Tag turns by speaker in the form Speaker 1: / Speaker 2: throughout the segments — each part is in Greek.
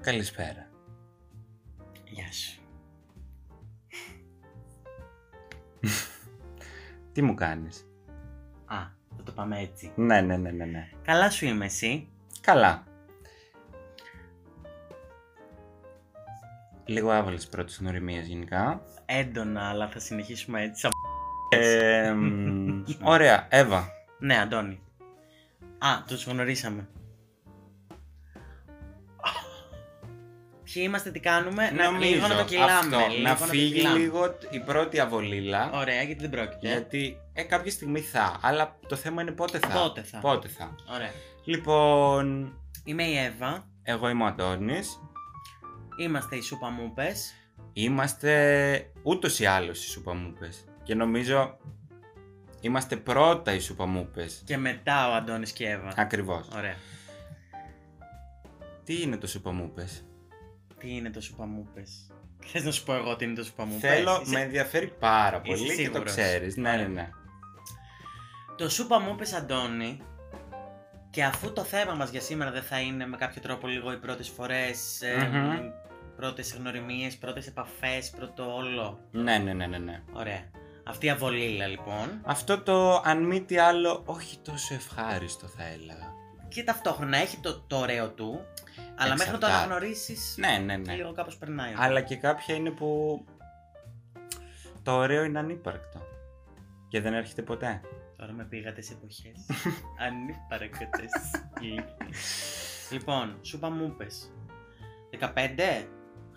Speaker 1: Καλησπέρα.
Speaker 2: Γεια σου.
Speaker 1: Τι μου κάνεις.
Speaker 2: Α, θα το πάμε έτσι.
Speaker 1: Ναι, ναι, ναι, ναι, ναι.
Speaker 2: Καλά σου είμαι εσύ.
Speaker 1: Καλά. Λίγο άβαλες πρώτες νοημίες γενικά.
Speaker 2: Έντονα, αλλά θα συνεχίσουμε έτσι. σαν-
Speaker 1: Ε, μ, ωραία, Εύα.
Speaker 2: Ναι, Αντώνη. Α, τους γνωρίσαμε. Ποιοι είμαστε, τι κάνουμε. λίγο να το κυλάμε.
Speaker 1: αυτό,
Speaker 2: λίγο
Speaker 1: να
Speaker 2: το
Speaker 1: φύγει
Speaker 2: κυλάμε.
Speaker 1: λίγο η πρώτη αβολίλα.
Speaker 2: Ωραία, γιατί δεν πρόκειται.
Speaker 1: Γιατί ε, κάποια στιγμή θα, αλλά το θέμα είναι πότε θα.
Speaker 2: Ε, Πότε θα.
Speaker 1: Πότε θα.
Speaker 2: Ωραία.
Speaker 1: Λοιπόν,
Speaker 2: Είμαι η Εύα.
Speaker 1: εγώ είμαι ο Αντώνης.
Speaker 2: Είμαστε οι Σούπα Μούπες.
Speaker 1: Είμαστε ούτως ή άλλως οι σουπαμούπες. Και νομίζω είμαστε πρώτα οι σουπαμούπες.
Speaker 2: Και μετά ο Αντώνης και η Εύα.
Speaker 1: Ακριβώς.
Speaker 2: Ωραία.
Speaker 1: Τι είναι το σουπαμούπες.
Speaker 2: Τι είναι το Σούπα Μούπες. Θες να σου πω εγώ τι είναι το Σούπα Μούπες.
Speaker 1: Θέλω,
Speaker 2: Είσαι-
Speaker 1: με ενδιαφέρει πάρα
Speaker 2: Είσαι
Speaker 1: πολύ και το
Speaker 2: σίγουρος?
Speaker 1: ξέρεις. Ναι, ναι,
Speaker 2: Ωραία.
Speaker 1: ναι.
Speaker 2: Το σούπα μου είπες Αντώνη και αφού το θέμα μας για σήμερα δεν θα είναι με κάποιο τρόπο λίγο οι πρώτες φορές, ε,
Speaker 1: Μμμ.
Speaker 2: πρώτες γνωριμίες, πρώτες επαφές, πρώτο όλο.
Speaker 1: Ναι, ναι, ναι, ναι, ναι.
Speaker 2: Ωραία. Αυτή η αβολίλα λοιπόν.
Speaker 1: Αυτό το αν μη τι άλλο όχι τόσο ευχάριστο θα έλεγα.
Speaker 2: Και ταυτόχρονα έχει το, το ωραίο του, αλλά μέχρι να το
Speaker 1: Εξαρτάται.
Speaker 2: αναγνωρίσεις
Speaker 1: Ναι, ναι, ναι.
Speaker 2: λίγο κάπως περνάει.
Speaker 1: Αλλά και κάποια είναι που το ωραίο είναι ανύπαρκτο. Και δεν έρχεται ποτέ.
Speaker 2: Τώρα με πήγατε σε εποχές. Ανύπαρκτες. λοιπόν, σούπα μου είπες. 15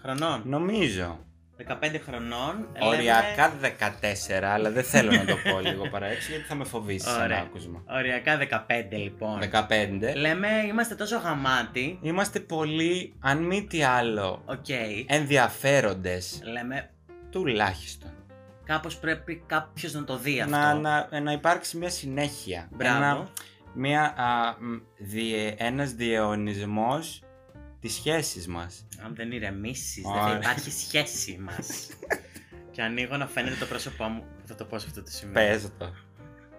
Speaker 2: χρονών.
Speaker 1: Νομίζω.
Speaker 2: 15 χρονών. λέμε-
Speaker 1: Οριακά 14, αλλά δεν θέλω να το πω λίγο παραέξω γιατί θα με φοβήσει σαν
Speaker 2: Ωραία.
Speaker 1: άκουσμα.
Speaker 2: Οριακά 15 λοιπόν.
Speaker 1: 15.
Speaker 2: Λέμε είμαστε τόσο γαμάτοι.
Speaker 1: Είμαστε πολύ, αν μη τι άλλο,
Speaker 2: Οκ.
Speaker 1: Ε- ενδιαφέροντες.
Speaker 2: Λέμε
Speaker 1: Τουλάχιστον.
Speaker 2: κάπως πρέπει κάποιος να το δει αυτό.
Speaker 1: Να, να, να υπάρξει μια συνέχεια.
Speaker 2: Μπράβο.
Speaker 1: Ένα, μια, α, μ, διε, ένας διαιωνισμός της σχέσης μας.
Speaker 2: Αν δεν ηρεμήσεις, δεν θα
Speaker 1: Ωραία.
Speaker 2: υπάρχει σχέση μας. και ανοίγω να φαίνεται το πρόσωπό μου. Θα το πω σε αυτό το σημείο.
Speaker 1: Πες το.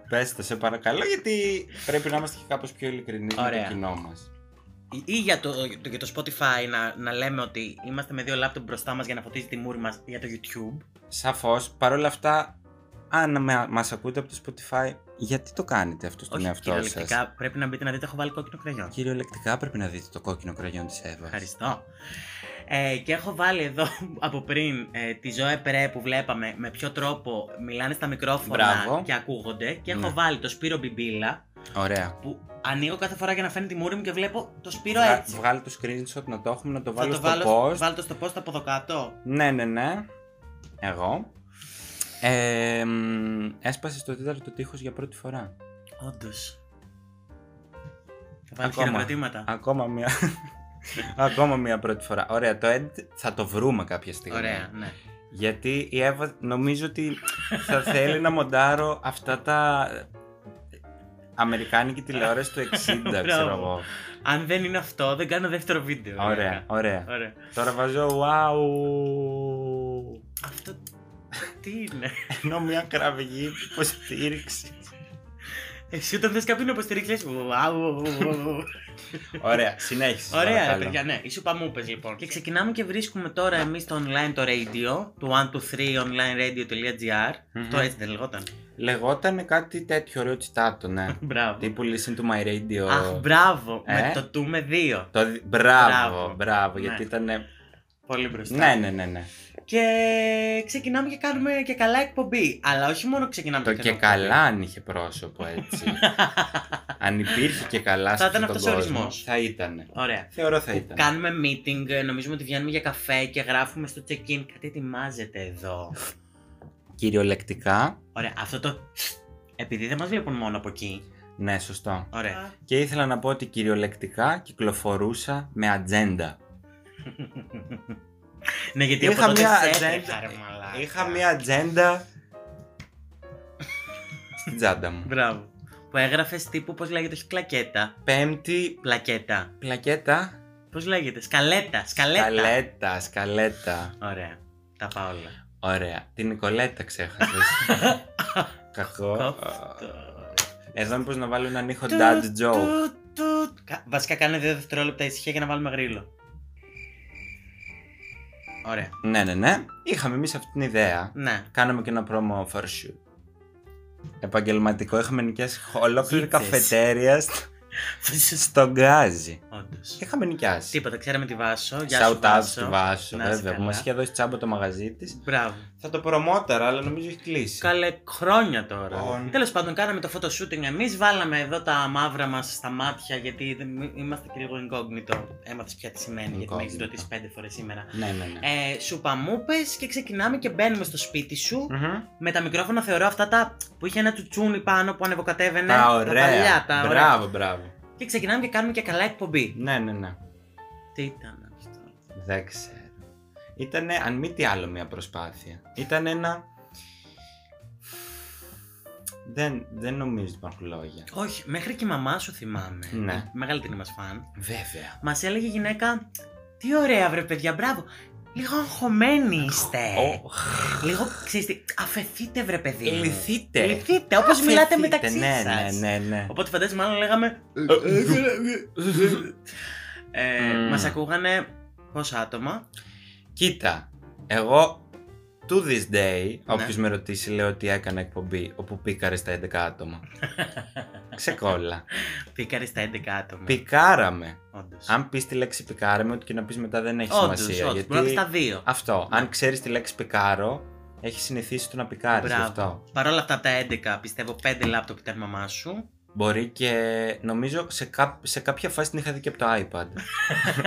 Speaker 1: Πες το, σε παρακαλώ, γιατί πρέπει να είμαστε και κάπως πιο ειλικρινείς με το
Speaker 2: Ωραία.
Speaker 1: κοινό μας.
Speaker 2: Ή- Ή για το, το- για το Spotify να, να λέμε ότι είμαστε με δύο λάπτοπ μπροστά μας για να φωτίζει τη μούρη μας για το YouTube.
Speaker 1: Σαφώς, παρόλα αυτά, αν με, μας ακούτε από το Spotify, γιατί το κάνετε αυτό στον
Speaker 2: Όχι
Speaker 1: εαυτό σας.
Speaker 2: κυριολεκτικά. Πρέπει να μπείτε να δείτε, έχω βάλει κόκκινο κραγιόν.
Speaker 1: Κυριολεκτικά πρέπει να δείτε το κόκκινο κραγιόν της Εύας.
Speaker 2: Ευχαριστώ. Ε, και έχω βάλει εδώ από πριν ε, τη Ζωέ Πρέ που βλέπαμε με ποιο τρόπο μιλάνε στα μικρόφωνα
Speaker 1: Μπράβο.
Speaker 2: και ακούγονται. Και έχω
Speaker 1: Ναι.
Speaker 2: βάλει το Σπύρο Μπιμπίλα
Speaker 1: Ωραία.
Speaker 2: που ανοίγω κάθε φορά για να φαίνεται η μούρη μου και βλέπω το Σπύρο
Speaker 1: Βγα-
Speaker 2: έτσι.
Speaker 1: Βγάλε το screenshot να το έχουμε, να το
Speaker 2: Θα
Speaker 1: βάλω
Speaker 2: το
Speaker 1: στο
Speaker 2: βάλω,
Speaker 1: post.
Speaker 2: βάλω το στο post από εδώ κάτω.
Speaker 1: Ναι, ναι, ναι. Εγώ. Ε, μ, έσπασε στο τέταρτο τείχος για πρώτη φορά.
Speaker 2: Όντως. Θα βάλω
Speaker 1: Ακόμα.
Speaker 2: χειροκροτήματα.
Speaker 1: Ακόμα μία. Ακόμα μία πρώτη φορά. Ωραία, το end θα το βρούμε κάποια στιγμή.
Speaker 2: Ωραία, ναι.
Speaker 1: Γιατί η Εύα νομίζω ότι θα θέλει να μοντάρω αυτά τα Αμερικάνικη τηλεόραση του 60, ξέρω
Speaker 2: Μπράβο.
Speaker 1: εγώ.
Speaker 2: Αν δεν είναι αυτό, δεν κάνω δεύτερο βίντεο.
Speaker 1: Ωραία,
Speaker 2: γενικά.
Speaker 1: ωραία.
Speaker 2: Ωραία.
Speaker 1: Τώρα βάζω wow.
Speaker 2: Αυτό. Τι είναι.
Speaker 1: Ενώ μια κραυγή υποστήριξης.
Speaker 2: Εσύ όταν θες κάποιον να υποστηρίξει, λες, «Βουάου, βουάου».
Speaker 1: Ωραία, συνέχισε.
Speaker 2: Ωραία, ρε
Speaker 1: παρακαλώ.
Speaker 2: παιδιά, ναι. Ήσου παμούπες λοιπόν. Και ξεκινάμε και βρίσκουμε τώρα εμείς το online το radio, το 123onlineradio.gr.
Speaker 1: Μμμ.
Speaker 2: Το έτσι δεν λεγόταν.
Speaker 1: Λεγότανε κάτι τέτοιο ωραίο τσιτάτο, ναι.
Speaker 2: Μπράβο.
Speaker 1: Τύπου listen to my radio.
Speaker 2: Αχ, μπράβο.
Speaker 1: Ε.
Speaker 2: Με το του με δύο.
Speaker 1: Το... δι- Μπράβο,
Speaker 2: Μπράβο.
Speaker 1: μπράβο,
Speaker 2: Ναι.
Speaker 1: γιατί ήταν.
Speaker 2: Πολύ μπροστά.
Speaker 1: Ναι, ναι, ναι, ναι.
Speaker 2: Και ξεκινάμε και κάνουμε και καλά εκπομπή. Αλλά όχι μόνο ξεκινάμε
Speaker 1: Το
Speaker 2: και
Speaker 1: και
Speaker 2: κάνουμε
Speaker 1: καλά αν είχε πρόσωπο έτσι. αν υπήρχε και καλά σε
Speaker 2: Θα ήταν
Speaker 1: αυτόν τον
Speaker 2: αυτός ο
Speaker 1: κόσμο,
Speaker 2: ορισμός.
Speaker 1: Θα ήταν.
Speaker 2: εκπομπή. Ωραία.
Speaker 1: Θεωρώ θα ήταν.
Speaker 2: Κάνουμε meeting, ε, νομίζουμε ότι βγαίνουμε για καφέ και γράφουμε στο check-in. Κάτι ετοιμάζεται εδώ.
Speaker 1: Κυριολεκτικά.
Speaker 2: Ωραία, αυτό το. Επειδή δεν μας βλέπουν μόνο από εκεί.
Speaker 1: Ναι, σωστό.
Speaker 2: Ωραία.
Speaker 1: Και ήθελα να πω ότι κυριολεκτικά κυκλοφορούσα με ατζέντα.
Speaker 2: ναι, γιατί
Speaker 1: Είχα
Speaker 2: από τότε
Speaker 1: μια
Speaker 2: σε
Speaker 1: ατζέντα.
Speaker 2: έτρεχα, ρε μαλάκα.
Speaker 1: Είχα μια ατζέντα. στην τσάντα μου.
Speaker 2: Μπράβο. Που έγραφες τύπου, πώς λέγεται, όχι κλακέτα.
Speaker 1: Πέμπτη
Speaker 2: Πλακέτα.
Speaker 1: πλακέτα.
Speaker 2: Πώς λέγεται, σκαλέτα. Σκαλέτα.
Speaker 1: Σκαλέτα, σκαλέτα.
Speaker 2: Ωραία. Τα πάω όλα.
Speaker 1: Ωραία. Την Νικολέτα ξέχασες. Κακό. Εδώ μήπως να βάλω έναν ήχο dad joke.
Speaker 2: Βασικά κάνε δύο δευτερόλεπτα ησυχία για να βάλουμε γρήλο. Ωραία.
Speaker 1: Ναι, ναι, ναι. Είχαμε εμείς αυτή την ιδέα.
Speaker 2: Ναι.
Speaker 1: Κάναμε και ένα promo for shoot. Επαγγελματικό. Είχαμε νοικιάσει ολόκληρη
Speaker 2: Γίτσες.
Speaker 1: καφετέρια στο- στο γκάζι.
Speaker 2: Όντως.
Speaker 1: Και είχαμε νοικιάσει.
Speaker 2: Τίποτα, ξέραμε τη Βάσο. Γεια σου,
Speaker 1: Shout out στη
Speaker 2: Βάσο.
Speaker 1: Βάσο,
Speaker 2: Να είσαι
Speaker 1: βέβαια. Που
Speaker 2: καλά.
Speaker 1: μας είχε δώσει τσάμπα το μαγαζί της.
Speaker 2: Μπράβο.
Speaker 1: Θα το προμόταρα, αλλά νομίζω έχει κλείσει.
Speaker 2: Καλέ χρόνια τώρα.
Speaker 1: Λοιπόν.
Speaker 2: Τέλος πάντων, κάναμε το photo shooting εμείς. Βάλαμε εδώ τα μαύρα μας στα μάτια γιατί δεν- είμαστε και λίγο incognito. Έμαθες πια τι σημαίνει, γιατί με έχεις
Speaker 1: Incognito.
Speaker 2: ρωτήσει πέντε φορές σήμερα.
Speaker 1: Ναι, ναι, ναι.
Speaker 2: Ε, σου παμούπες και ξεκινάμε και μπαίνουμε στο σπίτι σου.
Speaker 1: Μμμ.
Speaker 2: Με τα μικρόφωνα θεωρώ αυτά τα που είχε ένα τσουτσούνι πάνω που ανεβοκατέβαινε.
Speaker 1: Τα ωραία.
Speaker 2: παλιά, τα ωραία.
Speaker 1: Μπράβο, μπράβο.
Speaker 2: Και ξεκινάμε και κάνουμε και καλά εκπομπή.
Speaker 1: Ναι, ναι, ναι.
Speaker 2: Τι ήταν αυτό.
Speaker 1: Δεν ξέρω. Ήταν, αν μη τι άλλο, μια προσπάθεια. Ήταν ένα. Δεν, δεν νομίζω ότι υπάρχουν λόγια.
Speaker 2: Όχι, μέχρι και η μαμά σου θυμάμαι.
Speaker 1: Ναι.
Speaker 2: Μεγαλύτερη μας φαν.
Speaker 1: Βέβαια.
Speaker 2: Μας έλεγε η γυναίκα, τι ωραία βρε παιδιά, μπράβο. Λίγο αγχωμένοι είστε.
Speaker 1: Ο,
Speaker 2: Λίγο, ξέρεις τι, αφαιθείτε βρε παιδί. μου.
Speaker 1: Λυθείτε.
Speaker 2: Λυθείτε, όπως μιλάτε
Speaker 1: Αφαιθείτε.
Speaker 2: μεταξύ
Speaker 1: ναι,
Speaker 2: σας.
Speaker 1: Ναι, ναι, ναι.
Speaker 2: Οπότε φαντάζομαι μάλλον λέγαμε... ε,
Speaker 1: Μμμ.
Speaker 2: Μας ακούγανε πόσα άτομα.
Speaker 1: Κοίτα, εγώ to this day,
Speaker 2: Ναι.
Speaker 1: όποιος με ρωτήσει, λέω ότι έκανα εκπομπή όπου πήκαρε στα 11 άτομα. Ξεκόλα.
Speaker 2: Πήκαρε στα 11 άτομα.
Speaker 1: Πικάραμε.
Speaker 2: Όντως.
Speaker 1: Αν πεις τη λέξη πικάραμε, ό,τι και να πεις μετά δεν έχει
Speaker 2: Όντως,
Speaker 1: σημασία.
Speaker 2: όντως. Μπορεί να πεις τα δύο.
Speaker 1: Αυτό. Αν ξέρεις τη λέξη πικάρω, έχει συνηθίσει το να πικάρεις γι'
Speaker 2: Μπράβο.
Speaker 1: αυτό.
Speaker 2: Παρ' όλα αυτά τα 11 πιστεύω 5 λάπτοπ ήταν η μαμά σου.
Speaker 1: Μπορεί και νομίζω σε, κά- σε κάποια φάση την είχα δει και από το iPad.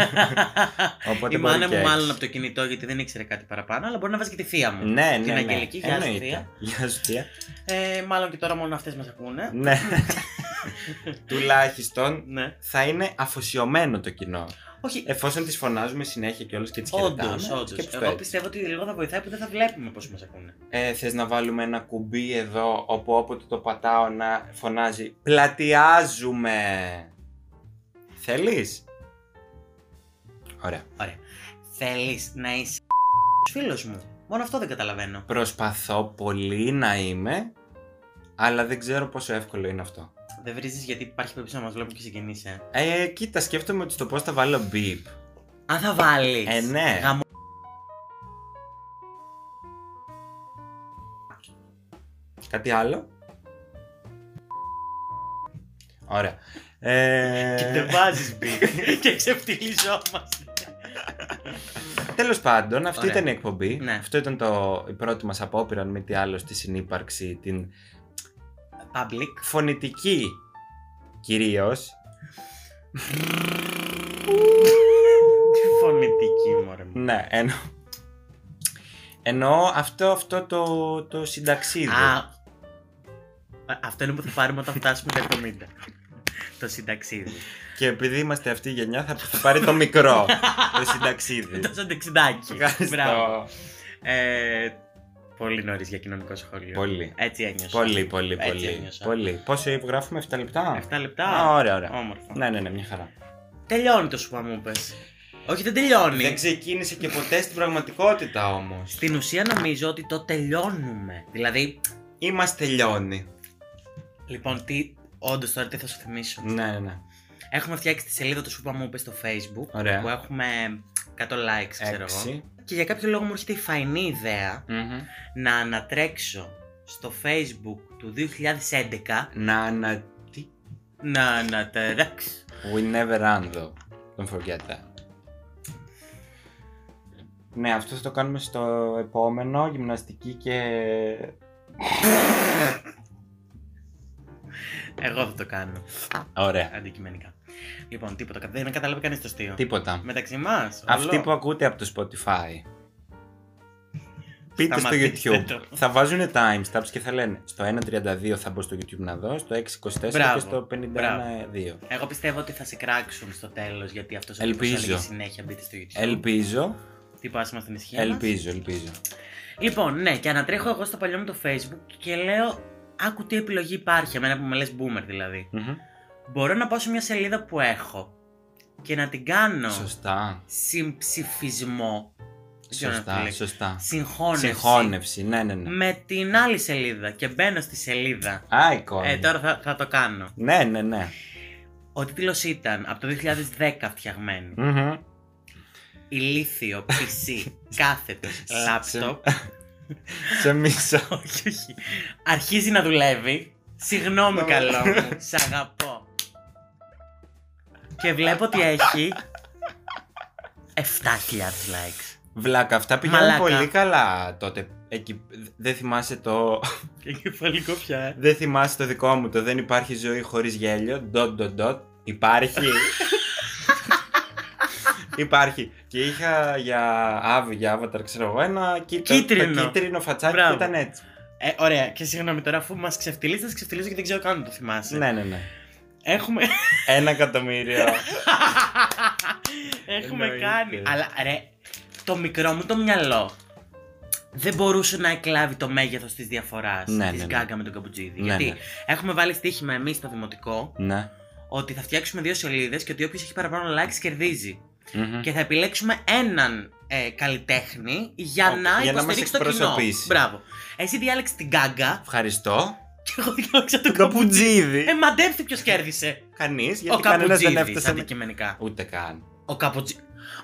Speaker 1: Οπότε μπορεί
Speaker 2: η μάνα
Speaker 1: και
Speaker 2: μου
Speaker 1: έτσι.
Speaker 2: μάλλον από το κινητό γιατί δεν ήξερε κάτι παραπάνω, αλλά μπορεί να βάζει και τη θεία μου.
Speaker 1: Ναι, ναι,
Speaker 2: Την
Speaker 1: ναι.
Speaker 2: Αγγελική, γεια σου,
Speaker 1: Εννοείται.
Speaker 2: θεία.
Speaker 1: Γεια σου, θεία.
Speaker 2: Ε, μάλλον και τώρα μόνο αυτές μας ακούνε.
Speaker 1: ναι. Τουλάχιστον
Speaker 2: Ναι.
Speaker 1: θα είναι αφοσιωμένο το κοινό.
Speaker 2: Όχι,
Speaker 1: Εφόσον τις φωνάζουμε συνέχεια και όλες Ε, και τις
Speaker 2: Όντω,
Speaker 1: χαιρετάμε.
Speaker 2: όντω.
Speaker 1: σκέψου το
Speaker 2: Εγώ
Speaker 1: έτσι.
Speaker 2: πιστεύω ότι λίγο θα βοηθάει που δεν θα βλέπουμε πώς μας ακούνε.
Speaker 1: Ε, θες να βάλουμε ένα κουμπί εδώ όπου όποτε το πατάω να φωνάζει Πλατιάζουμε Θέλεις Ωραία
Speaker 2: Θέλεις να είσαι φίλος μου. Μόνο αυτό δεν καταλαβαίνω.
Speaker 1: Προσπαθώ πολύ να είμαι Αλλά δεν ξέρω πόσο εύκολο είναι αυτό
Speaker 2: Δεν βρίζεις γιατί υπάρχει περίπτωση να μας βλέπουν και συγγενείς, ε.
Speaker 1: Ε, κοίτα σκέφτομαι ότι στο πώς θα βάλω μπιπ
Speaker 2: Αν θα βάλεις.
Speaker 1: Ε, ναι
Speaker 2: Γαμώ.
Speaker 1: Κάτι άλλο Ωραία ε...
Speaker 2: Και δεν βάζεις μπι. και ξεφτυλιζόμαστε.
Speaker 1: Τέλος πάντων, αυτή
Speaker 2: Ωραία.
Speaker 1: ήταν η εκπομπή.
Speaker 2: Ναι.
Speaker 1: Αυτό ήταν το, η πρώτη μας απόπειρα, αν μη τι άλλο, στη συνύπαρξη, την
Speaker 2: Public.
Speaker 1: φωνητική κυρίως.
Speaker 2: Τι φωνητική μωρέ μου.
Speaker 1: Ναι, εννοώ. Εννοώ αυτό, αυτό το, το συνταξίδι.
Speaker 2: Α. α, Αυτό είναι που θα πάρουμε όταν φτάσουμε τα 70. Το συνταξίδι.
Speaker 1: Και επειδή είμαστε αυτή η γενιά, θα, θα πάρει το μικρό. το συνταξίδι.
Speaker 2: Το σαντεξιδάκι.
Speaker 1: Ε, Ευχαριστώ.
Speaker 2: Μπράβο. Ε, πολύ νωρίς για κοινωνικό σχόλιο.
Speaker 1: Πολύ.
Speaker 2: Έτσι ένιωσα.
Speaker 1: Πολύ, πολύ,
Speaker 2: Έτσι
Speaker 1: πολύ.
Speaker 2: ένιωσα.
Speaker 1: πολύ. Πόσο γράφουμε, 7 λεπτά.
Speaker 2: 7
Speaker 1: Α,
Speaker 2: λεπτά.
Speaker 1: ωραία, ωραία.
Speaker 2: Όμορφα.
Speaker 1: Ναι, ναι, ναι, μια χαρά.
Speaker 2: Τελειώνει το σου μου πες. Όχι, δεν τελειώνει.
Speaker 1: Δεν ξεκίνησε και ποτέ στην πραγματικότητα όμως.
Speaker 2: Στην ουσία νομίζω ότι το τελειώνουμε. Δηλαδή,
Speaker 1: Είμαστε λιώνει.
Speaker 2: λοιπόν, τι. Όντως τώρα τι θα σου θυμίσω.
Speaker 1: Ναι, ναι, ναι.
Speaker 2: Έχουμε φτιάξει τη σελίδα του Σούπα μου στο Facebook.
Speaker 1: Ωραία.
Speaker 2: Που έχουμε 100 likes, ξέρω εγώ.
Speaker 1: Έξι.
Speaker 2: Και για κάποιο λόγο μου έρχεται η φαϊνή ιδέα
Speaker 1: Μμμ.
Speaker 2: να ανατρέξω στο Facebook του 2011.
Speaker 1: Να, να. Τι.
Speaker 2: Να ανατρέξω.
Speaker 1: We never run though. Don't forget that. Ναι, αυτό θα το κάνουμε στο επόμενο. Γυμναστική και.
Speaker 2: Εγώ θα το κάνω.
Speaker 1: Ωραία.
Speaker 2: Αντικειμενικά. Λοιπόν, τίποτα. Δεν κατάλαβε κανείς το αστείο.
Speaker 1: Τίποτα.
Speaker 2: Μεταξύ μας.
Speaker 1: Αυτοί που ακούτε από το Spotify. Πείτε στο
Speaker 2: Σταματήστε
Speaker 1: YouTube.
Speaker 2: το.
Speaker 1: Θα βάζουν timestamps και θα λένε στο 1.32 θα μπω στο YouTube να δω, στο 6.24
Speaker 2: Μπράβο.
Speaker 1: και στο 51.2.
Speaker 2: Εγώ πιστεύω ότι θα σε κράξουν στο τέλος γιατί αυτός ο
Speaker 1: Ελπίζω.
Speaker 2: τύπος έλεγε συνέχεια μπείτε στο YouTube.
Speaker 1: Ελπίζω,
Speaker 2: Τι πα μας την ισχύ. μας.
Speaker 1: ελπίζω, ελπίζω.
Speaker 2: Λοιπόν, ναι, και ανατρέχω εγώ στο παλιό μου το Facebook και λέω Άκου τι επιλογή υπάρχει. Εμένα που με λες boomer δηλαδή.
Speaker 1: Μμμ.
Speaker 2: Μπορώ να πάω σε μια σελίδα που έχω και να την κάνω
Speaker 1: Σωστά.
Speaker 2: συμψηφισμό. Ποιο να τη
Speaker 1: Σωστά,
Speaker 2: λέξη.
Speaker 1: σωστά.
Speaker 2: Συγχώνευση.
Speaker 1: Συγχώνευση, ναι, ναι, ναι.
Speaker 2: Με την άλλη σελίδα και μπαίνω στη σελίδα.
Speaker 1: Α, εικόνα.
Speaker 2: Ε, τώρα θα, θα το κάνω.
Speaker 1: Ναι, ναι, ναι.
Speaker 2: Ο τίτλος ήταν από το 2010 φτιαγμένη.
Speaker 1: Μμμ.
Speaker 2: ηλίθιο PC κάθετος λάπτοπ.
Speaker 1: Σε μισό.
Speaker 2: όχι, όχι. Αρχίζει να δουλεύει. Συγγνώμη καλό μου. Σ' αγαπώ. Και βλέπω ότι έχει 7.000 likes.
Speaker 1: Βλάκα, αυτά πηγαίνουν
Speaker 2: Μαλάκα.
Speaker 1: πολύ καλά τότε. Εκεί, δεν θυμάσαι το.
Speaker 2: Και κεφαλικό πια, ε.
Speaker 1: Δεν θυμάσαι το δικό μου το. Δεν υπάρχει ζωή χωρίς γέλιο. Ντοτ, ντοτ, ντοτ. Υπάρχει. υπάρχει. Και είχα για άβ, για avatar, ξέρω εγώ, ένα κίτρινο,
Speaker 2: Κίτρινο.
Speaker 1: το κίτρινο φατσάκι
Speaker 2: Μπράβο.
Speaker 1: που ήταν έτσι.
Speaker 2: Ε, ωραία, και συγγνώμη τώρα, αφού μας ξεφτυλίζεις, θα σε ξεφτυλίζω και δεν ξέρω καν αν το θυμάσαι.
Speaker 1: ναι, ναι, ναι.
Speaker 2: Έχουμε,
Speaker 1: Ένα εκατομμύριο.
Speaker 2: Έχουμε
Speaker 1: Εννοείται.
Speaker 2: κάνει. Αλλά ρε, το μικρό μου το μυαλό δεν μπορούσε να εκλάβει το μέγεθος της διαφοράς
Speaker 1: Ναι, ναι,
Speaker 2: της
Speaker 1: ναι.
Speaker 2: γκάγκα με τον καμπουτζίδι.
Speaker 1: Ναι,
Speaker 2: γιατί
Speaker 1: ναι.
Speaker 2: έχουμε βάλει στοίχημα εμείς στο δημοτικό
Speaker 1: ναι.
Speaker 2: ότι θα φτιάξουμε δύο σελίδες και ότι όποιος έχει παραπάνω likes κερδίζει.
Speaker 1: Μμμ.
Speaker 2: Και θα επιλέξουμε έναν ε, καλλιτέχνη για
Speaker 1: Οκ,
Speaker 2: να
Speaker 1: για να μας
Speaker 2: υποστηρίξει το κοινό.
Speaker 1: εκπροσωπήσει.
Speaker 2: Μπράβο. Εσύ διάλεξε την γκάγκα
Speaker 1: Ευχαριστώ.
Speaker 2: και εγώ διάλεξα τον
Speaker 1: Το
Speaker 2: καμπουτζίδι.
Speaker 1: καπουτζίδι.
Speaker 2: Ε, μαντέψτε ποιος κέρδισε.
Speaker 1: Κανείς,
Speaker 2: Ο
Speaker 1: γιατί κανένας δεν
Speaker 2: Καπουτζίδης
Speaker 1: έφτασε. να-
Speaker 2: αντικειμενικά.
Speaker 1: Ούτε καν.
Speaker 2: Ο Καπουτζί...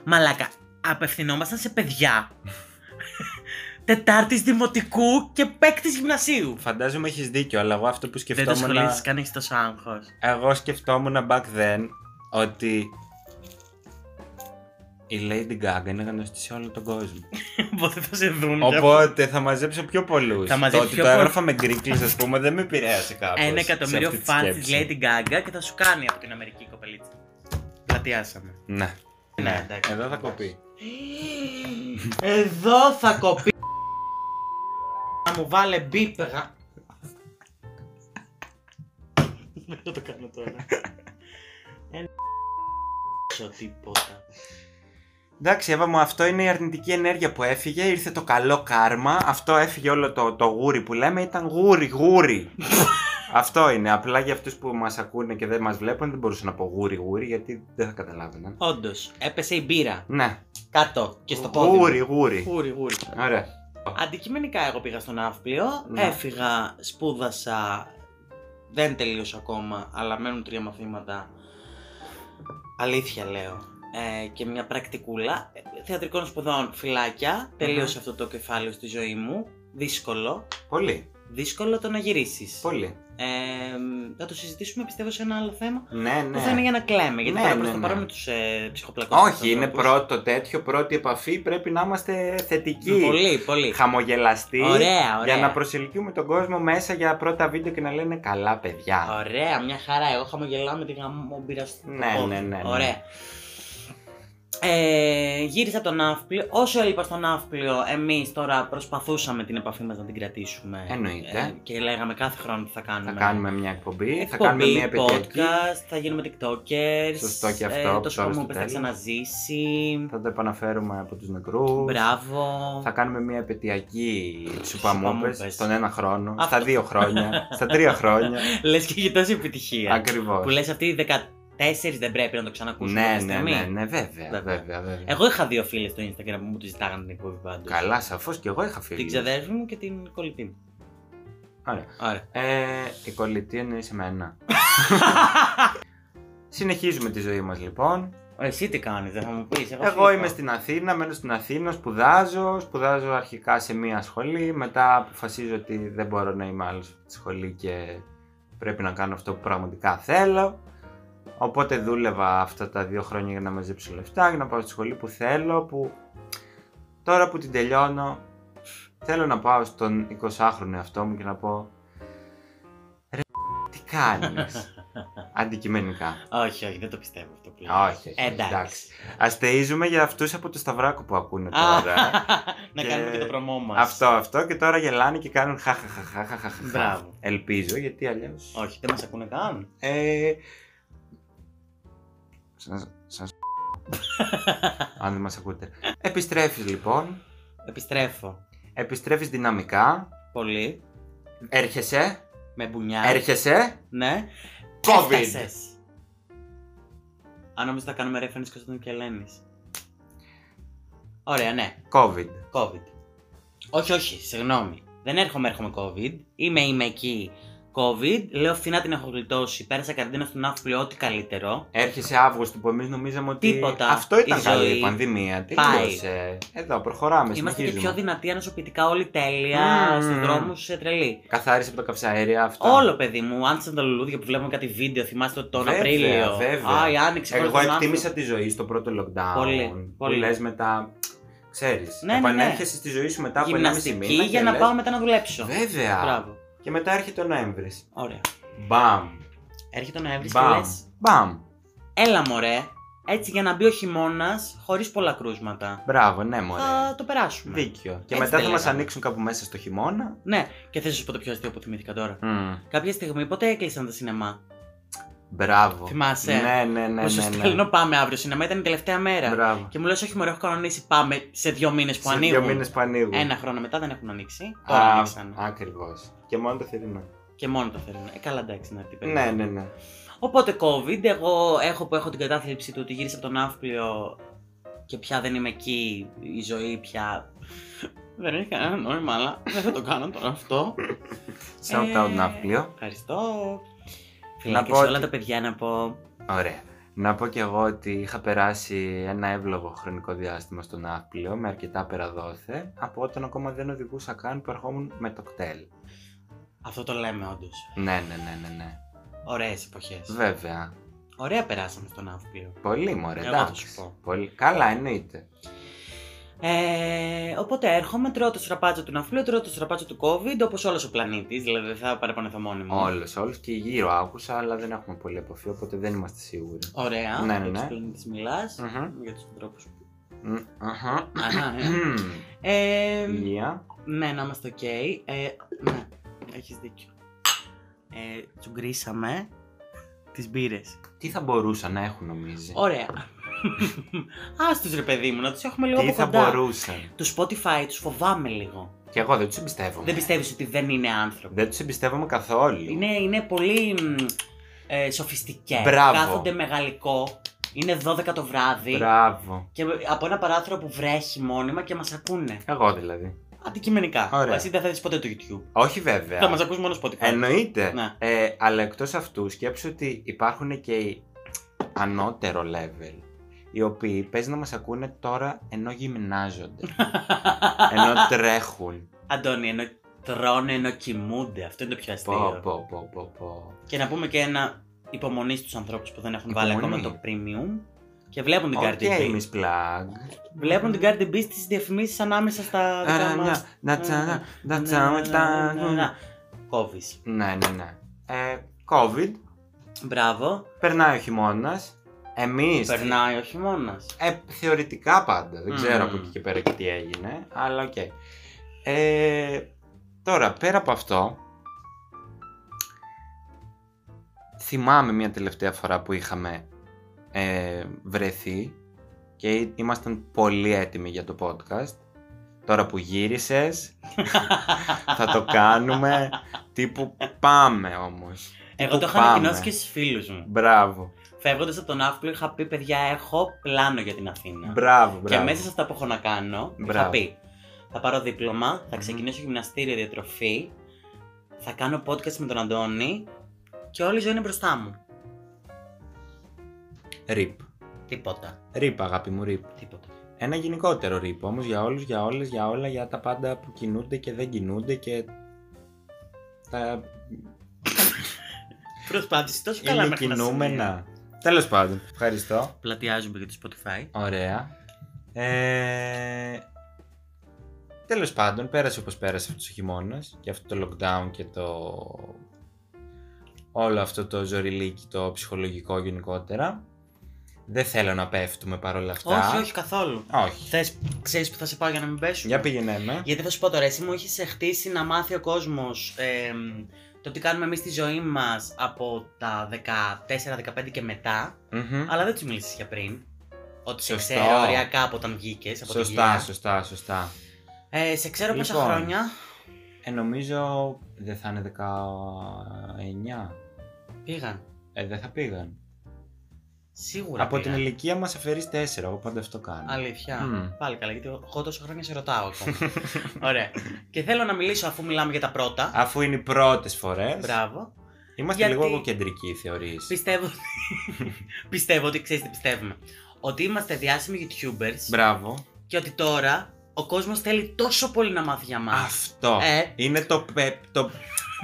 Speaker 2: Μαλάκα, απευθυνόμασταν σε παιδιά. Τετάρτης δημοτικού και παίκτη γυμνασίου.
Speaker 1: Φαντάζομαι έχεις δίκιο, αλλά εγώ αυτό που
Speaker 2: Δεν το
Speaker 1: σκεφτόμουν.
Speaker 2: σχολίζει καν, έχει τόσο άγχος.
Speaker 1: Εγώ σκεφτόμουν back then ότι η Lady Gaga είναι γνωστή σε όλο τον κόσμο.
Speaker 2: Οπότε θα σε δουν. κι αυτοί.
Speaker 1: Οπότε θα μαζέψω πιο πολλούς.
Speaker 2: Θα
Speaker 1: Το
Speaker 2: μαζέψεις
Speaker 1: ότι
Speaker 2: πιο
Speaker 1: το
Speaker 2: πολλούς.
Speaker 1: έγραφα με γκρίκλι, ας πούμε, δεν με επηρέασε κάπως
Speaker 2: Ένα εκατομμύριο
Speaker 1: σε αυτή τη
Speaker 2: φαν της
Speaker 1: σκέψη.
Speaker 2: Lady Gaga και θα σου κάνει από την Αμερική η κοπελίτσα. Πλατιάσαμε.
Speaker 1: Ναι.
Speaker 2: Ναι, εντάξει.
Speaker 1: Εδώ θα κοπεί.
Speaker 2: Εδώ θα κοπεί. Να μου βάλε μπίπεγα. Δεν θα το κάνω τώρα. Ένα Ε, τίποτα.
Speaker 1: Εντάξει, Εύα μου, αυτό είναι η αρνητική ενέργεια που έφυγε. Ήρθε το καλό κάρμα. Αυτό έφυγε όλο το, το γούρι που λέμε. Ήταν γούρι, γούρι. αυτό είναι. Απλά για αυτούς που μας ακούνε και δεν μας βλέπουν, δεν μπορούσα να πω γούρι, γούρι, γιατί δεν θα καταλάβαιναν.
Speaker 2: Όντως, έπεσε η μπύρα.
Speaker 1: Ναι.
Speaker 2: Κάτω και στο πόδι. μου.
Speaker 1: γούρι, γούρι.
Speaker 2: Γούρι, γούρι.
Speaker 1: Ωραία.
Speaker 2: Αντικειμενικά εγώ πήγα στον Αύπλιο,
Speaker 1: Ναι.
Speaker 2: έφυγα, σπούδασα, δεν τελείωσα ακόμα, αλλά μένουν τρία μαθήματα. Αλήθεια λέω. Ε, και μια πρακτικούλα ε, θεατρικών σπουδών φυλάκια. Τελείωσε αυτό το κεφάλαιο στη ζωή μου. Δύσκολο.
Speaker 1: Πολύ.
Speaker 2: Δύσκολο το να γυρίσεις.
Speaker 1: Πολύ.
Speaker 2: Ε, θα το συζητήσουμε πιστεύω σε ένα άλλο θέμα.
Speaker 1: Ναι,
Speaker 2: Που θα είναι
Speaker 1: ναι.
Speaker 2: για να κλαίμε. Γιατί
Speaker 1: Ναι,
Speaker 2: τώρα
Speaker 1: ναι,
Speaker 2: προς το
Speaker 1: ναι.
Speaker 2: παρόν με τους ε, ψυχοπλακούς
Speaker 1: Όχι, είναι
Speaker 2: ανθρώπους.
Speaker 1: πρώτο τέτοιο, πρώτη επαφή. Πρέπει να είμαστε θετικοί.
Speaker 2: Πολύ, πολύ.
Speaker 1: Χαμογελαστοί.
Speaker 2: Ωραία, ωραία.
Speaker 1: Για να προσελκύουμε τον κόσμο μέσα για πρώτα βίντεο και να λένε καλά παιδιά.
Speaker 2: Ωραία, μια χαρά. Εγώ χαμογελάω με τη γαμόμπυρα στο
Speaker 1: Ναι,
Speaker 2: πόδι.
Speaker 1: ναι, ναι, ναι.
Speaker 2: Ωραία. Ε, γύρισα από τον Ναύπλιο. Όσο έλειπα στον Ναύπλιο, εμείς τώρα προσπαθούσαμε την επαφή μας να την κρατήσουμε.
Speaker 1: Εννοείται.
Speaker 2: και λέγαμε κάθε χρόνο τι θα κάνουμε.
Speaker 1: Θα κάνουμε μια εκπομπή, θα
Speaker 2: Ε, ναι. Εκπομπή,
Speaker 1: κάνουμε μια επιτροπή.
Speaker 2: podcast, θα γίνουμε TikTokers. Ε,
Speaker 1: Σωστό και αυτό,
Speaker 2: το
Speaker 1: τώρα
Speaker 2: σκοπό
Speaker 1: στο
Speaker 2: μου θα
Speaker 1: τέλος.
Speaker 2: ξαναζήσει.
Speaker 1: Θα το επαναφέρουμε από τους νεκρούς.
Speaker 2: Μπράβο.
Speaker 1: Θα κάνουμε μια επαιτειακή σουπαμούπε
Speaker 2: Σουπαμούπες.
Speaker 1: στον ένα χρόνο,
Speaker 2: Αυτό.
Speaker 1: στα δύο χρόνια, στα τρία χρόνια.
Speaker 2: Λες και έχει τόση επιτυχία.
Speaker 1: Ακριβώς.
Speaker 2: Που λες αυτή οι 14 δεν πρέπει να το ξανακούσουμε.
Speaker 1: Ναι,
Speaker 2: κάποια
Speaker 1: ναι,
Speaker 2: στιγμή.
Speaker 1: ναι, ναι, βέβαια.
Speaker 2: Βέβαια.
Speaker 1: βέβαια, βέβαια.
Speaker 2: Εγώ είχα δύο φίλες στο Instagram που μου τη ζητάγανε την εκπομπή πάντως.
Speaker 1: Καλά, σαφώς και εγώ είχα
Speaker 2: Την
Speaker 1: φίλη.
Speaker 2: ξαδέρφη μου και την κολλητή μου.
Speaker 1: Ωραία.
Speaker 2: Ωραία.
Speaker 1: Ε, η κολλητή εννοείς εμένα. Συνεχίζουμε τη ζωή μας λοιπόν.
Speaker 2: Εσύ τι κάνεις, δεν θα μου πεις. Εγώ,
Speaker 1: Εγώ είμαι στην Αθήνα, μένω στην Αθήνα, σπουδάζω. Σπουδάζω αρχικά σε μία σχολή. Μετά αποφασίζω ότι δεν μπορώ να είμαι άλλος στη σχολή και πρέπει να κάνω αυτό που πραγματικά θέλω. Οπότε δούλευα αυτά τα δύο χρόνια για να μαζέψω λεφτά, για να πάω στη σχολή που θέλω. Που τώρα που την τελειώνω, θέλω να πάω στον 20χρονο εαυτό μου και να πω. Ρε, τι κάνεις Αντικειμενικά.
Speaker 2: Όχι, όχι, δεν το πιστεύω αυτό που λέω.
Speaker 1: Όχι, όχι,
Speaker 2: Εντάξει.
Speaker 1: εντάξει. Αστείζουμε για αυτούς από το Σταυράκο που ακούνε
Speaker 2: Α,
Speaker 1: τώρα.
Speaker 2: να
Speaker 1: Και-
Speaker 2: κάνουμε και το προμό μας.
Speaker 1: αυτό, αυτό και τώρα γελάνε και κάνουν χαχαχαχαχαχαχα.
Speaker 2: Μπράβο.
Speaker 1: Ελπίζω γιατί αλλιώς.
Speaker 2: Όχι, δεν μας ακούνε καν.
Speaker 1: Ε... Σας... σας... Αν δεν μας ακούτε. Επιστρέφεις λοιπόν.
Speaker 2: Επιστρέφω.
Speaker 1: Επιστρέφεις δυναμικά.
Speaker 2: Πολύ.
Speaker 1: Έρχεσαι.
Speaker 2: Με μπουνιά.
Speaker 1: Έρχεσαι.
Speaker 2: Ναι.
Speaker 1: COVID.
Speaker 2: Έφτασες. Αν νομίζω θα κάνουμε reference και στον Κελένη. Ωραία, ναι.
Speaker 1: COVID.
Speaker 2: COVID. Όχι, όχι, συγγνώμη. Δεν έρχομαι, έρχομαι COVID. Είμαι, είμαι εκεί. COVID. Λέω φθηνά την έχω γλιτώσει. Πέρασα καραντίνα στον Αύγουστο, ό,τι καλύτερο.
Speaker 1: Έρχεσαι Αύγουστο που εμείς νομίζαμε ότι.
Speaker 2: Τίποτα.
Speaker 1: Αυτό ήταν
Speaker 2: Η
Speaker 1: καλή
Speaker 2: ζωή
Speaker 1: η πανδημία. Τι
Speaker 2: πάει.
Speaker 1: Τελείωσε. Εδώ προχωράμε.
Speaker 2: Είμαστε και
Speaker 1: συνεχίζουμε.
Speaker 2: πιο δυνατοί ανοσοποιητικά όλοι τέλεια
Speaker 1: Μμμ.
Speaker 2: στους δρόμους, σε τρελή.
Speaker 1: Καθάρισε από τα καυσαέρια αυτά.
Speaker 2: Όλο παιδί μου, άνοιξαν τα λουλούδια που βλέπουμε κάτι βίντεο, θυμάστε τον
Speaker 1: Βέβαια,
Speaker 2: Απρίλιο.
Speaker 1: βέβαια.
Speaker 2: Α, η άνοιξη
Speaker 1: Εγώ
Speaker 2: πρώτη
Speaker 1: εκτίμησα τη ζωή στο πρώτο lockdown.
Speaker 2: Πολύ,
Speaker 1: Που
Speaker 2: πολύ.
Speaker 1: λες μετά. Ξέρεις.
Speaker 2: Ναι, ναι, ναι.
Speaker 1: επανέρχεσαι στη ζωή σου μετά από 1,5 μήνα.
Speaker 2: Γυμναστική για
Speaker 1: και
Speaker 2: να
Speaker 1: λες,
Speaker 2: πάω μετά να δουλέψω.
Speaker 1: Βέβαια.
Speaker 2: Μπράβο.
Speaker 1: Και μετά έρχεται ο Νοέμβρης.
Speaker 2: Ωραία.
Speaker 1: Μπαμ.
Speaker 2: Έρχεται ο Νοέμβρης και
Speaker 1: Μπαμ.
Speaker 2: λες,
Speaker 1: Μπαμ.
Speaker 2: Έλα μωρέ, έτσι για να μπει ο χειμώνας χωρίς πολλά κρούσματα.
Speaker 1: Μπράβο, ναι, μωρέ.
Speaker 2: Θα το περάσουμε.
Speaker 1: Δίκιο. Και
Speaker 2: Έτσι
Speaker 1: μετά
Speaker 2: δεν
Speaker 1: θα μας
Speaker 2: λέγαμε.
Speaker 1: ανοίξουν κάπου μέσα στο χειμώνα.
Speaker 2: Ναι, και θα σα πω το πιο αστείο που θυμήθηκα τώρα.
Speaker 1: Μμ.
Speaker 2: Κάποια στιγμή πότε έκλεισαν τα σινεμά.
Speaker 1: Μπράβο.
Speaker 2: Θυμάσαι.
Speaker 1: Ναι, ναι, ναι.
Speaker 2: Που σου
Speaker 1: ναι, ναι.
Speaker 2: στέλνω πάμε αύριο σινεμά, ήταν η τελευταία μέρα.
Speaker 1: Μπράβο.
Speaker 2: Και μου λες, Όχι, μωρέ, έχω κανονίσει. Πάμε σε δύο μήνες που
Speaker 1: Σε
Speaker 2: ανοίγουν.
Speaker 1: Δύο μήνες που ανοίγουν.
Speaker 2: Ένα χρόνο μετά δεν έχουν ανοίξει. Τώρα ανοίξαν.
Speaker 1: Ακριβώς. Και μόνο το θερινό.
Speaker 2: Και μόνο το θέλουν. Ε, καλά, εντάξει, να τι
Speaker 1: Ναι, ναι, ναι.
Speaker 2: Ε, Οπότε COVID, εγώ έχω που έχω την κατάθλιψη του ότι γύρισα από τον Αύπλιο και πια δεν είμαι εκεί, η ζωή πια... Δεν έχει κανένα νόημα, αλλά δεν θα το κάνω τώρα αυτό.
Speaker 1: Shout
Speaker 2: Ε,
Speaker 1: out Ναύπλιο.
Speaker 2: Ευχαριστώ. Φιλάκια
Speaker 1: πω
Speaker 2: σε
Speaker 1: ότι-
Speaker 2: όλα τα παιδιά να πω.
Speaker 1: Ωραία. Να πω κι εγώ ότι είχα περάσει ένα εύλογο χρονικό διάστημα στο Ναύπλιο με αρκετά περαδόθε από όταν ακόμα δεν οδηγούσα καν που ερχόμουν με το κτέλ.
Speaker 2: Αυτό το λέμε όντως.
Speaker 1: Ναι, ναι, ναι, ναι, ναι.
Speaker 2: Ωραίες εποχές.
Speaker 1: Βέβαια.
Speaker 2: Ωραία περάσαμε στον Αύπλιο.
Speaker 1: Πολύ μωρέ,
Speaker 2: Εγώ θα
Speaker 1: εντάξει.
Speaker 2: σου πω.
Speaker 1: Πολύ... Καλά, εννοείται.
Speaker 2: Ε, οπότε έρχομαι, τρώω το στραπάτσο του ναυπλίου, τρώω το στραπάτσο του COVID, όπως όλος ο πλανήτης. Δηλαδή δεν θα παραπονεθώ μόνη μου.
Speaker 1: Όλο, όλο και γύρω άκουσα, αλλά δεν έχουμε πολύ επαφή, οπότε δεν είμαστε σίγουροι.
Speaker 2: Ωραία.
Speaker 1: Ναι, ναι,
Speaker 2: Για
Speaker 1: ναι.
Speaker 2: τους πλανήτες μιλάς.
Speaker 1: Μμμ.
Speaker 2: Για τους ανθρώπους.
Speaker 1: Μμ, αχα.
Speaker 2: ναι. ε,
Speaker 1: Υγεία.
Speaker 2: ναι, να είμαστε οκ. Ε, ναι, έχεις δίκιο. Ε, τσουγκρίσαμε τις μπύρες.
Speaker 1: Τι θα μπορούσαν να έχουν, νομίζεις.
Speaker 2: Ωραία. Άστος ρε παιδί μου, να τους έχουμε λίγο
Speaker 1: Τι
Speaker 2: από
Speaker 1: θα
Speaker 2: κοντά.
Speaker 1: μπορούσαν.
Speaker 2: Τους Spotify τους φοβάμαι λίγο.
Speaker 1: Και εγώ δεν τους εμπιστεύομαι.
Speaker 2: Δεν πιστεύεις ότι δεν είναι άνθρωποι.
Speaker 1: Δεν τους εμπιστεύομαι καθόλου.
Speaker 2: Είναι, είναι πολύ μ, ε, σοφιστικές.
Speaker 1: Μπράβο.
Speaker 2: Κάθονται με γαλλικό. Είναι 12 το βράδυ.
Speaker 1: Μπράβο.
Speaker 2: Και από ένα παράθυρο που βρέχει μόνιμα και μας ακούνε.
Speaker 1: Εγώ δηλαδή.
Speaker 2: Αντικειμενικά.
Speaker 1: Ωραία.
Speaker 2: Εσύ δεν θα δει ποτέ το YouTube.
Speaker 1: Όχι βέβαια.
Speaker 2: Θα μας ακούς μόνο Spotify.
Speaker 1: Εννοείται.
Speaker 2: Ναι.
Speaker 1: Ε, αλλά εκτός αυτού, σκέψου ότι υπάρχουν και οι ανώτερο level. Οι οποίοι παίζει να μας ακούνε τώρα ενώ γυμνάζονται. ενώ τρέχουν.
Speaker 2: Αντώνη, ενώ τρώνε, ενώ κοιμούνται. Αυτό είναι το πιο αστείο.
Speaker 1: πω, πω, πω, πω, πω.
Speaker 2: Και να πούμε και ένα υπομονή στους ανθρώπους που δεν έχουν βάλει
Speaker 1: Υπομονή.
Speaker 2: ακόμα το premium. Και βλέπουν την
Speaker 1: Οκ,
Speaker 2: Cardi B.
Speaker 1: Miss Plug.
Speaker 2: Βλέπουν την Cardi B στις διαφημίσεις ανάμεσα στα δικά
Speaker 1: Άρα, να,
Speaker 2: μας.
Speaker 1: να τσα- να τσα- να τσα- να-
Speaker 2: Κόβεις.
Speaker 1: Ναι, ναι, ναι. Ε, COVID.
Speaker 2: Μπράβο.
Speaker 1: Περνάει ο χειμώνας. Εμείς.
Speaker 2: Περνάει ο χειμώνας.
Speaker 1: Ε, θεωρητικά πάντα. Δεν
Speaker 2: Μμμ.
Speaker 1: ξέρω από εκεί και πέρα και τι έγινε. Αλλά οκ. Ε, τώρα, πέρα από αυτό. Θυμάμαι μια τελευταία φορά που είχαμε ε, βρεθεί και ή- ήμασταν πολύ έτοιμοι για το podcast. Τώρα που γύρισες, θα το κάνουμε. Τύπου πάμε όμως.
Speaker 2: Εγώ το είχα
Speaker 1: πάμε.
Speaker 2: ανακοινώσει και στους φίλους μου.
Speaker 1: Μπράβο,
Speaker 2: Φεύγοντας από τον Αύπλο, είχα πει: Παιδιά, έχω πλάνο για την Αθήνα.
Speaker 1: μπράβο,
Speaker 2: Και
Speaker 1: μπράβο.
Speaker 2: μέσα σε αυτά που έχω να κάνω, είχα
Speaker 1: Μπράβο.
Speaker 2: πει: Θα πάρω δίπλωμα, θα
Speaker 1: Μμμ.
Speaker 2: ξεκινήσω γυμναστήριο διατροφή, θα κάνω podcast με τον Αντώνη και όλη η ζωή είναι μπροστά μου.
Speaker 1: Ρίπ.
Speaker 2: Τίποτα.
Speaker 1: Ρίπ, αγάπη μου, ρίπ.
Speaker 2: Τίποτα.
Speaker 1: Ένα γενικότερο ρήπο όμως για όλους, για όλες, για όλα, για τα πάντα που κινούνται και δεν κινούνται και τα
Speaker 2: Προσπάθησε τόσο καλά
Speaker 1: είναι
Speaker 2: μέχρι να σημείο.
Speaker 1: κινούμενα. Τέλος πάντων, ευχαριστώ.
Speaker 2: Πλατιάζουμε για το Spotify.
Speaker 1: Ωραία. Ε... Τέλος πάντων, πέρασε όπως πέρασε αυτός ο χειμώνας και αυτό το lockdown και το... όλο αυτό το ζωριλίκι το ψυχολογικό γενικότερα. Δεν θέλω να πέφτουμε παρόλα αυτά.
Speaker 2: Όχι, όχι καθόλου.
Speaker 1: όχι.
Speaker 2: Θες, ξέρεις που θα σε πάω για να μην πέσουν.
Speaker 1: Για πήγαινε με.
Speaker 2: Γιατί θα σου πω τώρα, εσύ μου έχει χτίσει να μάθει ο κόσμος το τι κάνουμε εμείς στη ζωή μας από τα 14-15 και μετά,
Speaker 1: Μμμ.
Speaker 2: αλλά δεν τους μίλησε για πριν. Ότι σε
Speaker 1: Σωστό.
Speaker 2: ξέρω ωριακά από όταν βγήκες. Από τη
Speaker 1: Σωστά,
Speaker 2: γενιά.
Speaker 1: σωστά, σωστά.
Speaker 2: Ε, σε ξέρω πόσα
Speaker 1: Λοιπόν.
Speaker 2: χρόνια.
Speaker 1: Ε, νομίζω δεν θα είναι 19.
Speaker 2: Πήγαν.
Speaker 1: Ε, δεν θα πήγαν.
Speaker 2: Σίγουρα.
Speaker 1: Από την
Speaker 2: πήρα.
Speaker 1: ηλικία μας αφαιρεί 4. Εγώ πάντα αυτό κάνω.
Speaker 2: Αλήθεια.
Speaker 1: Μμμ.
Speaker 2: Πάλι καλά, γιατί εγώ τόσα χρόνια σε ρωτάω ακόμα. Ωραία. Και θέλω να μιλήσω αφού μιλάμε για τα πρώτα.
Speaker 1: Αφού είναι οι πρώτες φορές.
Speaker 2: Μπράβο.
Speaker 1: Είμαστε λίγο
Speaker 2: Γιατί-
Speaker 1: εγωκεντρικοί, θεωρείς.
Speaker 2: Πιστεύω ότι. πιστεύω ότι ξέρεις τι πιστεύουμε. Ότι είμαστε διάσημοι YouTubers
Speaker 1: Μπράβο.
Speaker 2: και ότι τώρα ο κόσμος θέλει τόσο πολύ να μάθει για μας.
Speaker 1: Αυτό.
Speaker 2: Ε,
Speaker 1: Είναι το, πε- το,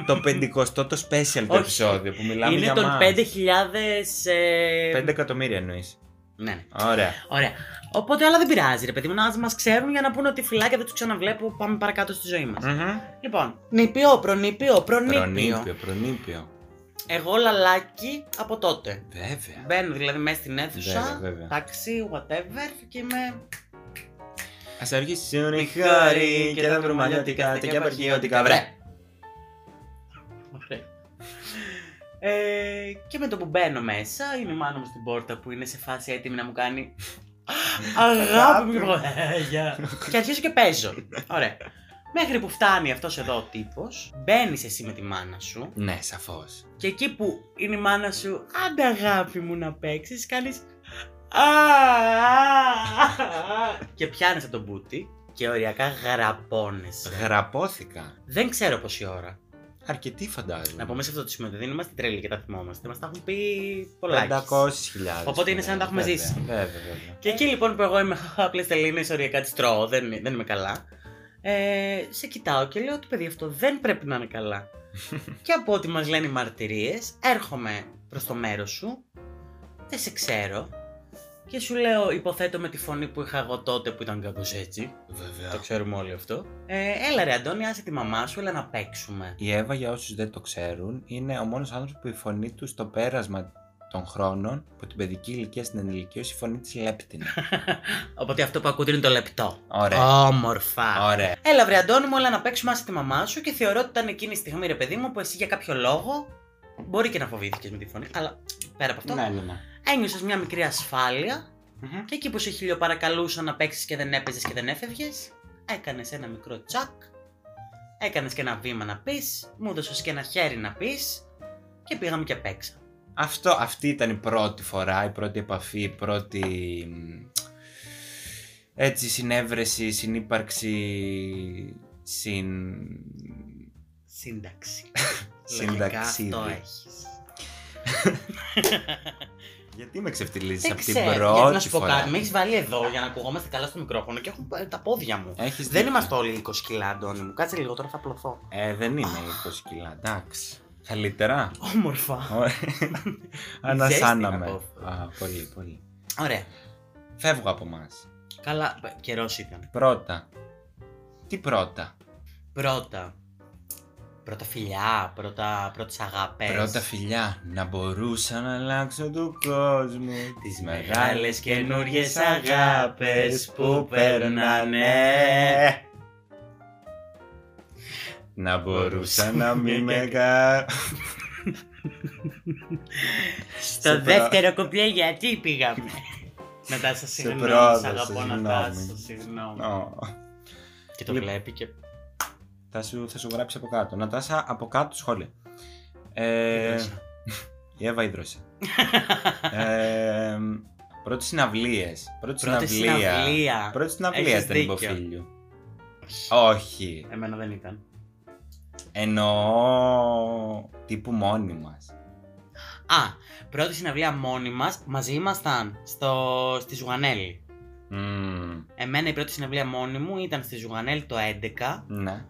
Speaker 1: το πεντηκοστό το special το
Speaker 2: Όχι.
Speaker 1: επεισόδιο που μιλάμε
Speaker 2: είναι
Speaker 1: για
Speaker 2: των
Speaker 1: μας.
Speaker 2: 5.000. Ε...
Speaker 1: 5 εκατομμύρια εννοείς.
Speaker 2: Ναι, ναι.
Speaker 1: Ωραία.
Speaker 2: Ωραία. Οπότε, αλλά δεν πειράζει, ρε παιδί μου, να μας ξέρουν για να πούνε ότι φυλάκια δεν τους ξαναβλέπω. Πάμε παρακάτω στη ζωή μας.
Speaker 1: Μμμ.
Speaker 2: Λοιπόν, νηπιό, προνηπιό, προνήπιο.
Speaker 1: Προνήπιο, προνήπιο.
Speaker 2: Εγώ λαλάκι από τότε.
Speaker 1: Βέβαια.
Speaker 2: Μπαίνω δηλαδή μέσα στην
Speaker 1: Βέβαια,
Speaker 2: αίθουσα,
Speaker 1: βέβαια.
Speaker 2: ταξί, whatever, και είμαι.
Speaker 1: Ας αργήσουν οι
Speaker 2: χώροι
Speaker 1: χώροι και τα βρωμαλιώτικα και τα απαρχαιώτικα. Βρε.
Speaker 2: Ωραία. Ε, και με το που μπαίνω μέσα, είναι η μάνα μου στην πόρτα που είναι σε φάση έτοιμη να μου κάνει. Αγάπη μου, ε, γεια. Και αρχίζω και παίζω. Ωραία. Μέχρι που φτάνει αυτός εδώ ο τύπος, μπαίνεις εσύ με τη μάνα σου
Speaker 1: Ναι, σαφώς.
Speaker 2: και εκεί που είναι η μάνα σου, άντε αγάπη μου να παίξεις, κάνεις «Α-α-α-α». και πιάνεις από τον μπούτι και οριακά γραπώνεσαι.
Speaker 1: Γραπώθηκα.
Speaker 2: Δεν ξέρω πόση ώρα.
Speaker 1: Αρκετή
Speaker 2: Να
Speaker 1: φαντάζομαι.
Speaker 2: πούμε σε αυτό το σημείο ότι δεν είμαστε τρελοί και τα θυμόμαστε. Μας τα έχουν πει πολλά.
Speaker 1: 500.000.
Speaker 2: Οπότε είναι σαν να τα έχουμε
Speaker 1: Βέβαια,
Speaker 2: ζήσει.
Speaker 1: Βέβαια, βέβαια.
Speaker 2: Και εκεί λοιπόν που εγώ είμαι απλές τελείωνε, οριακά τη τρώω, δεν, δεν είμαι καλά. Ε, σε κοιτάω και λέω ότι παιδί αυτό δεν πρέπει να είναι καλά. και από ό,τι μας λένε οι μαρτυρίες, έρχομαι προς το μέρος σου, δεν σε ξέρω. Και σου λέω, υποθέτω με τη φωνή που είχα εγώ τότε που ήταν κάπως έτσι. Το
Speaker 1: Βέβαια.
Speaker 2: ξέρουμε όλοι αυτό. Ε, έλα ρε Αντώνη, άσε τη μαμά σου, έλα να παίξουμε.
Speaker 1: Η Εύα, για όσους δεν το ξέρουν, είναι ο μόνος άνθρωπος που η φωνή του στο πέρασμα των χρόνων από την παιδική ηλικία στην ενηλικίωση η φωνή της λέπτηνε.
Speaker 2: Οπότε αυτό που ακούτε είναι το λεπτό.
Speaker 1: Ωραία.
Speaker 2: Όμορφα.
Speaker 1: Ωραία.
Speaker 2: Έλα, βρε Αντώνη μου, έλα να παίξουμε άσε τη μαμά σου και θεωρώ ότι ήταν εκείνη η στιγμή, ρε παιδί μου, που εσύ για κάποιο λόγο. Μπορεί και να φοβήθηκες με τη φωνή, αλλά πέρα από αυτό.
Speaker 1: Ναι, ναι, ναι.
Speaker 2: Ένιωσες μια μικρή ασφάλεια και εκεί που σε χιλιοπαρακαλούσαν να παίξεις και δεν έπαιζες και δεν έφευγες, έκανες ένα μικρό τσακ. Έκανες και ένα βήμα να πεις, μου έδωσες και ένα χέρι να πεις και πήγαμε και παίξα.
Speaker 1: Αυτό, αυτή ήταν η πρώτη φορά, η πρώτη επαφή, η πρώτη μ, έτσι συνέβρεση, συνύπαρξη, συν...
Speaker 2: Σύνταξη. Λογικά
Speaker 1: συνταξίδι.
Speaker 2: Αυτό έχεις.
Speaker 1: Γιατί με ξεφτυλίζεις
Speaker 2: Δεν
Speaker 1: από την
Speaker 2: ξέρω, γιατί να
Speaker 1: πρώτη
Speaker 2: σου πω
Speaker 1: φορά.
Speaker 2: κάτι. Με έχεις βάλει εδώ για να ακουγόμαστε καλά στο μικρόφωνο και έχω ε, τα πόδια μου.
Speaker 1: Έχεις
Speaker 2: Δεν
Speaker 1: δίκιο.
Speaker 2: είμαστε όλοι 20 κιλά, Αντώνη μου. Κάτσε λίγο, τώρα θα πλωθώ.
Speaker 1: Ε, δεν είμαι 20 κιλά, εντάξει. Καλύτερα.
Speaker 2: Όμορφα.
Speaker 1: Ωραία. Ανασάναμε.
Speaker 2: Ζέστη να πω.
Speaker 1: Α, πολύ, πολύ.
Speaker 2: Ωραία.
Speaker 1: Φεύγω από μας.
Speaker 2: Καλά, καιρός ήταν.
Speaker 1: Πρώτα. Τι πρώτα.
Speaker 2: Πρώτα. Πρώτα φιλιά, πρώτα, πρώτες αγάπες.
Speaker 1: Πρώτα φιλιά, να μπορούσα να αλλάξω του κόσμου
Speaker 2: Τις
Speaker 1: Τις
Speaker 2: μεγάλες
Speaker 1: μεγάλες
Speaker 2: καινούριες
Speaker 1: καινούριες
Speaker 2: αγάπες
Speaker 1: αγάπες
Speaker 2: που
Speaker 1: που
Speaker 2: περνάνε.
Speaker 1: περνάνε Να μπορούσα να μην με κα...
Speaker 2: Στο
Speaker 1: σε πρό-
Speaker 2: δεύτερο κουπλέ γιατί πήγαμε. Μετά σας
Speaker 1: Σε
Speaker 2: συγγνώμη, σ'
Speaker 1: πρόδωσα,
Speaker 2: αγαπώ να
Speaker 1: συγγνώμη.
Speaker 2: τάσω, συγγνώμη.
Speaker 1: Ω,
Speaker 2: Και το
Speaker 1: Λοιπόν.
Speaker 2: βλέπει και
Speaker 1: θα, σου, θα σου γράψει από κάτω Νατάσα, από κάτω σχόλια ε,
Speaker 2: Ίδρωσε.
Speaker 1: Η Εύα ίδρωσε ε, Πρώτες συναυλίες Πρώτη
Speaker 2: Πρώτη
Speaker 1: συναυλία
Speaker 2: συναυλία.
Speaker 1: Πρώτη συναυλία
Speaker 2: Έχεις
Speaker 1: ήταν
Speaker 2: δίκιο.
Speaker 1: υποφίλιο Όχι
Speaker 2: Εμένα δεν ήταν.
Speaker 1: Εννοώ τύπου μόνοι μας.
Speaker 2: Α, πρώτη συναυλία μόνοι μας, μαζί ήμασταν στο... στη Ζουγανέλη. Εμένα η πρώτη συναυλία μόνη μου ήταν στη Ζουγανέλη το 11
Speaker 1: ναι.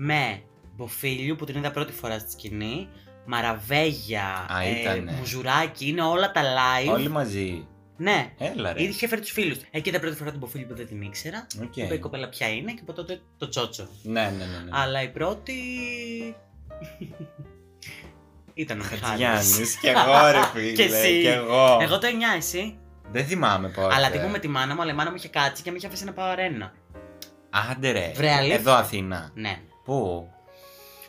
Speaker 2: με Μποφίλιου που την είδα πρώτη φορά στη σκηνή, Μαραβέγια, ε,
Speaker 1: Α, ήτανε.
Speaker 2: Μουζουράκι, είναι όλα τα live.
Speaker 1: Όλοι μαζί.
Speaker 2: Ναι,
Speaker 1: Έλα ρε.
Speaker 2: ήδη είχε φέρει τους φίλους. Εκεί ήταν πρώτη φορά την Μποφίλιου που δεν την ήξερα.
Speaker 1: Οκ.
Speaker 2: Είπα η κοπέλα ποια είναι και από τότε το τσότσο.
Speaker 1: Ε. Ναι, ναι, ναι. ναι.
Speaker 2: Αλλά η πρώτη. ήταν ο Χατζιάννης.
Speaker 1: Χατζιάννης, κι εγώ ρε φίλε.
Speaker 2: Κι εσύ.
Speaker 1: κι εγώ.
Speaker 2: Εγώ το 9 εσύ.
Speaker 1: Δεν θυμάμαι πότε.
Speaker 2: Αλλά τύπου με τη μάνα μου, αλλά η μάνα μου είχε κάτσει και με είχε αφήσει να πάω αρένα.
Speaker 1: Άντε ρε.
Speaker 2: Βρε, αλήθεια.
Speaker 1: Εδώ Αθήνα.
Speaker 2: Ναι.
Speaker 1: Πού.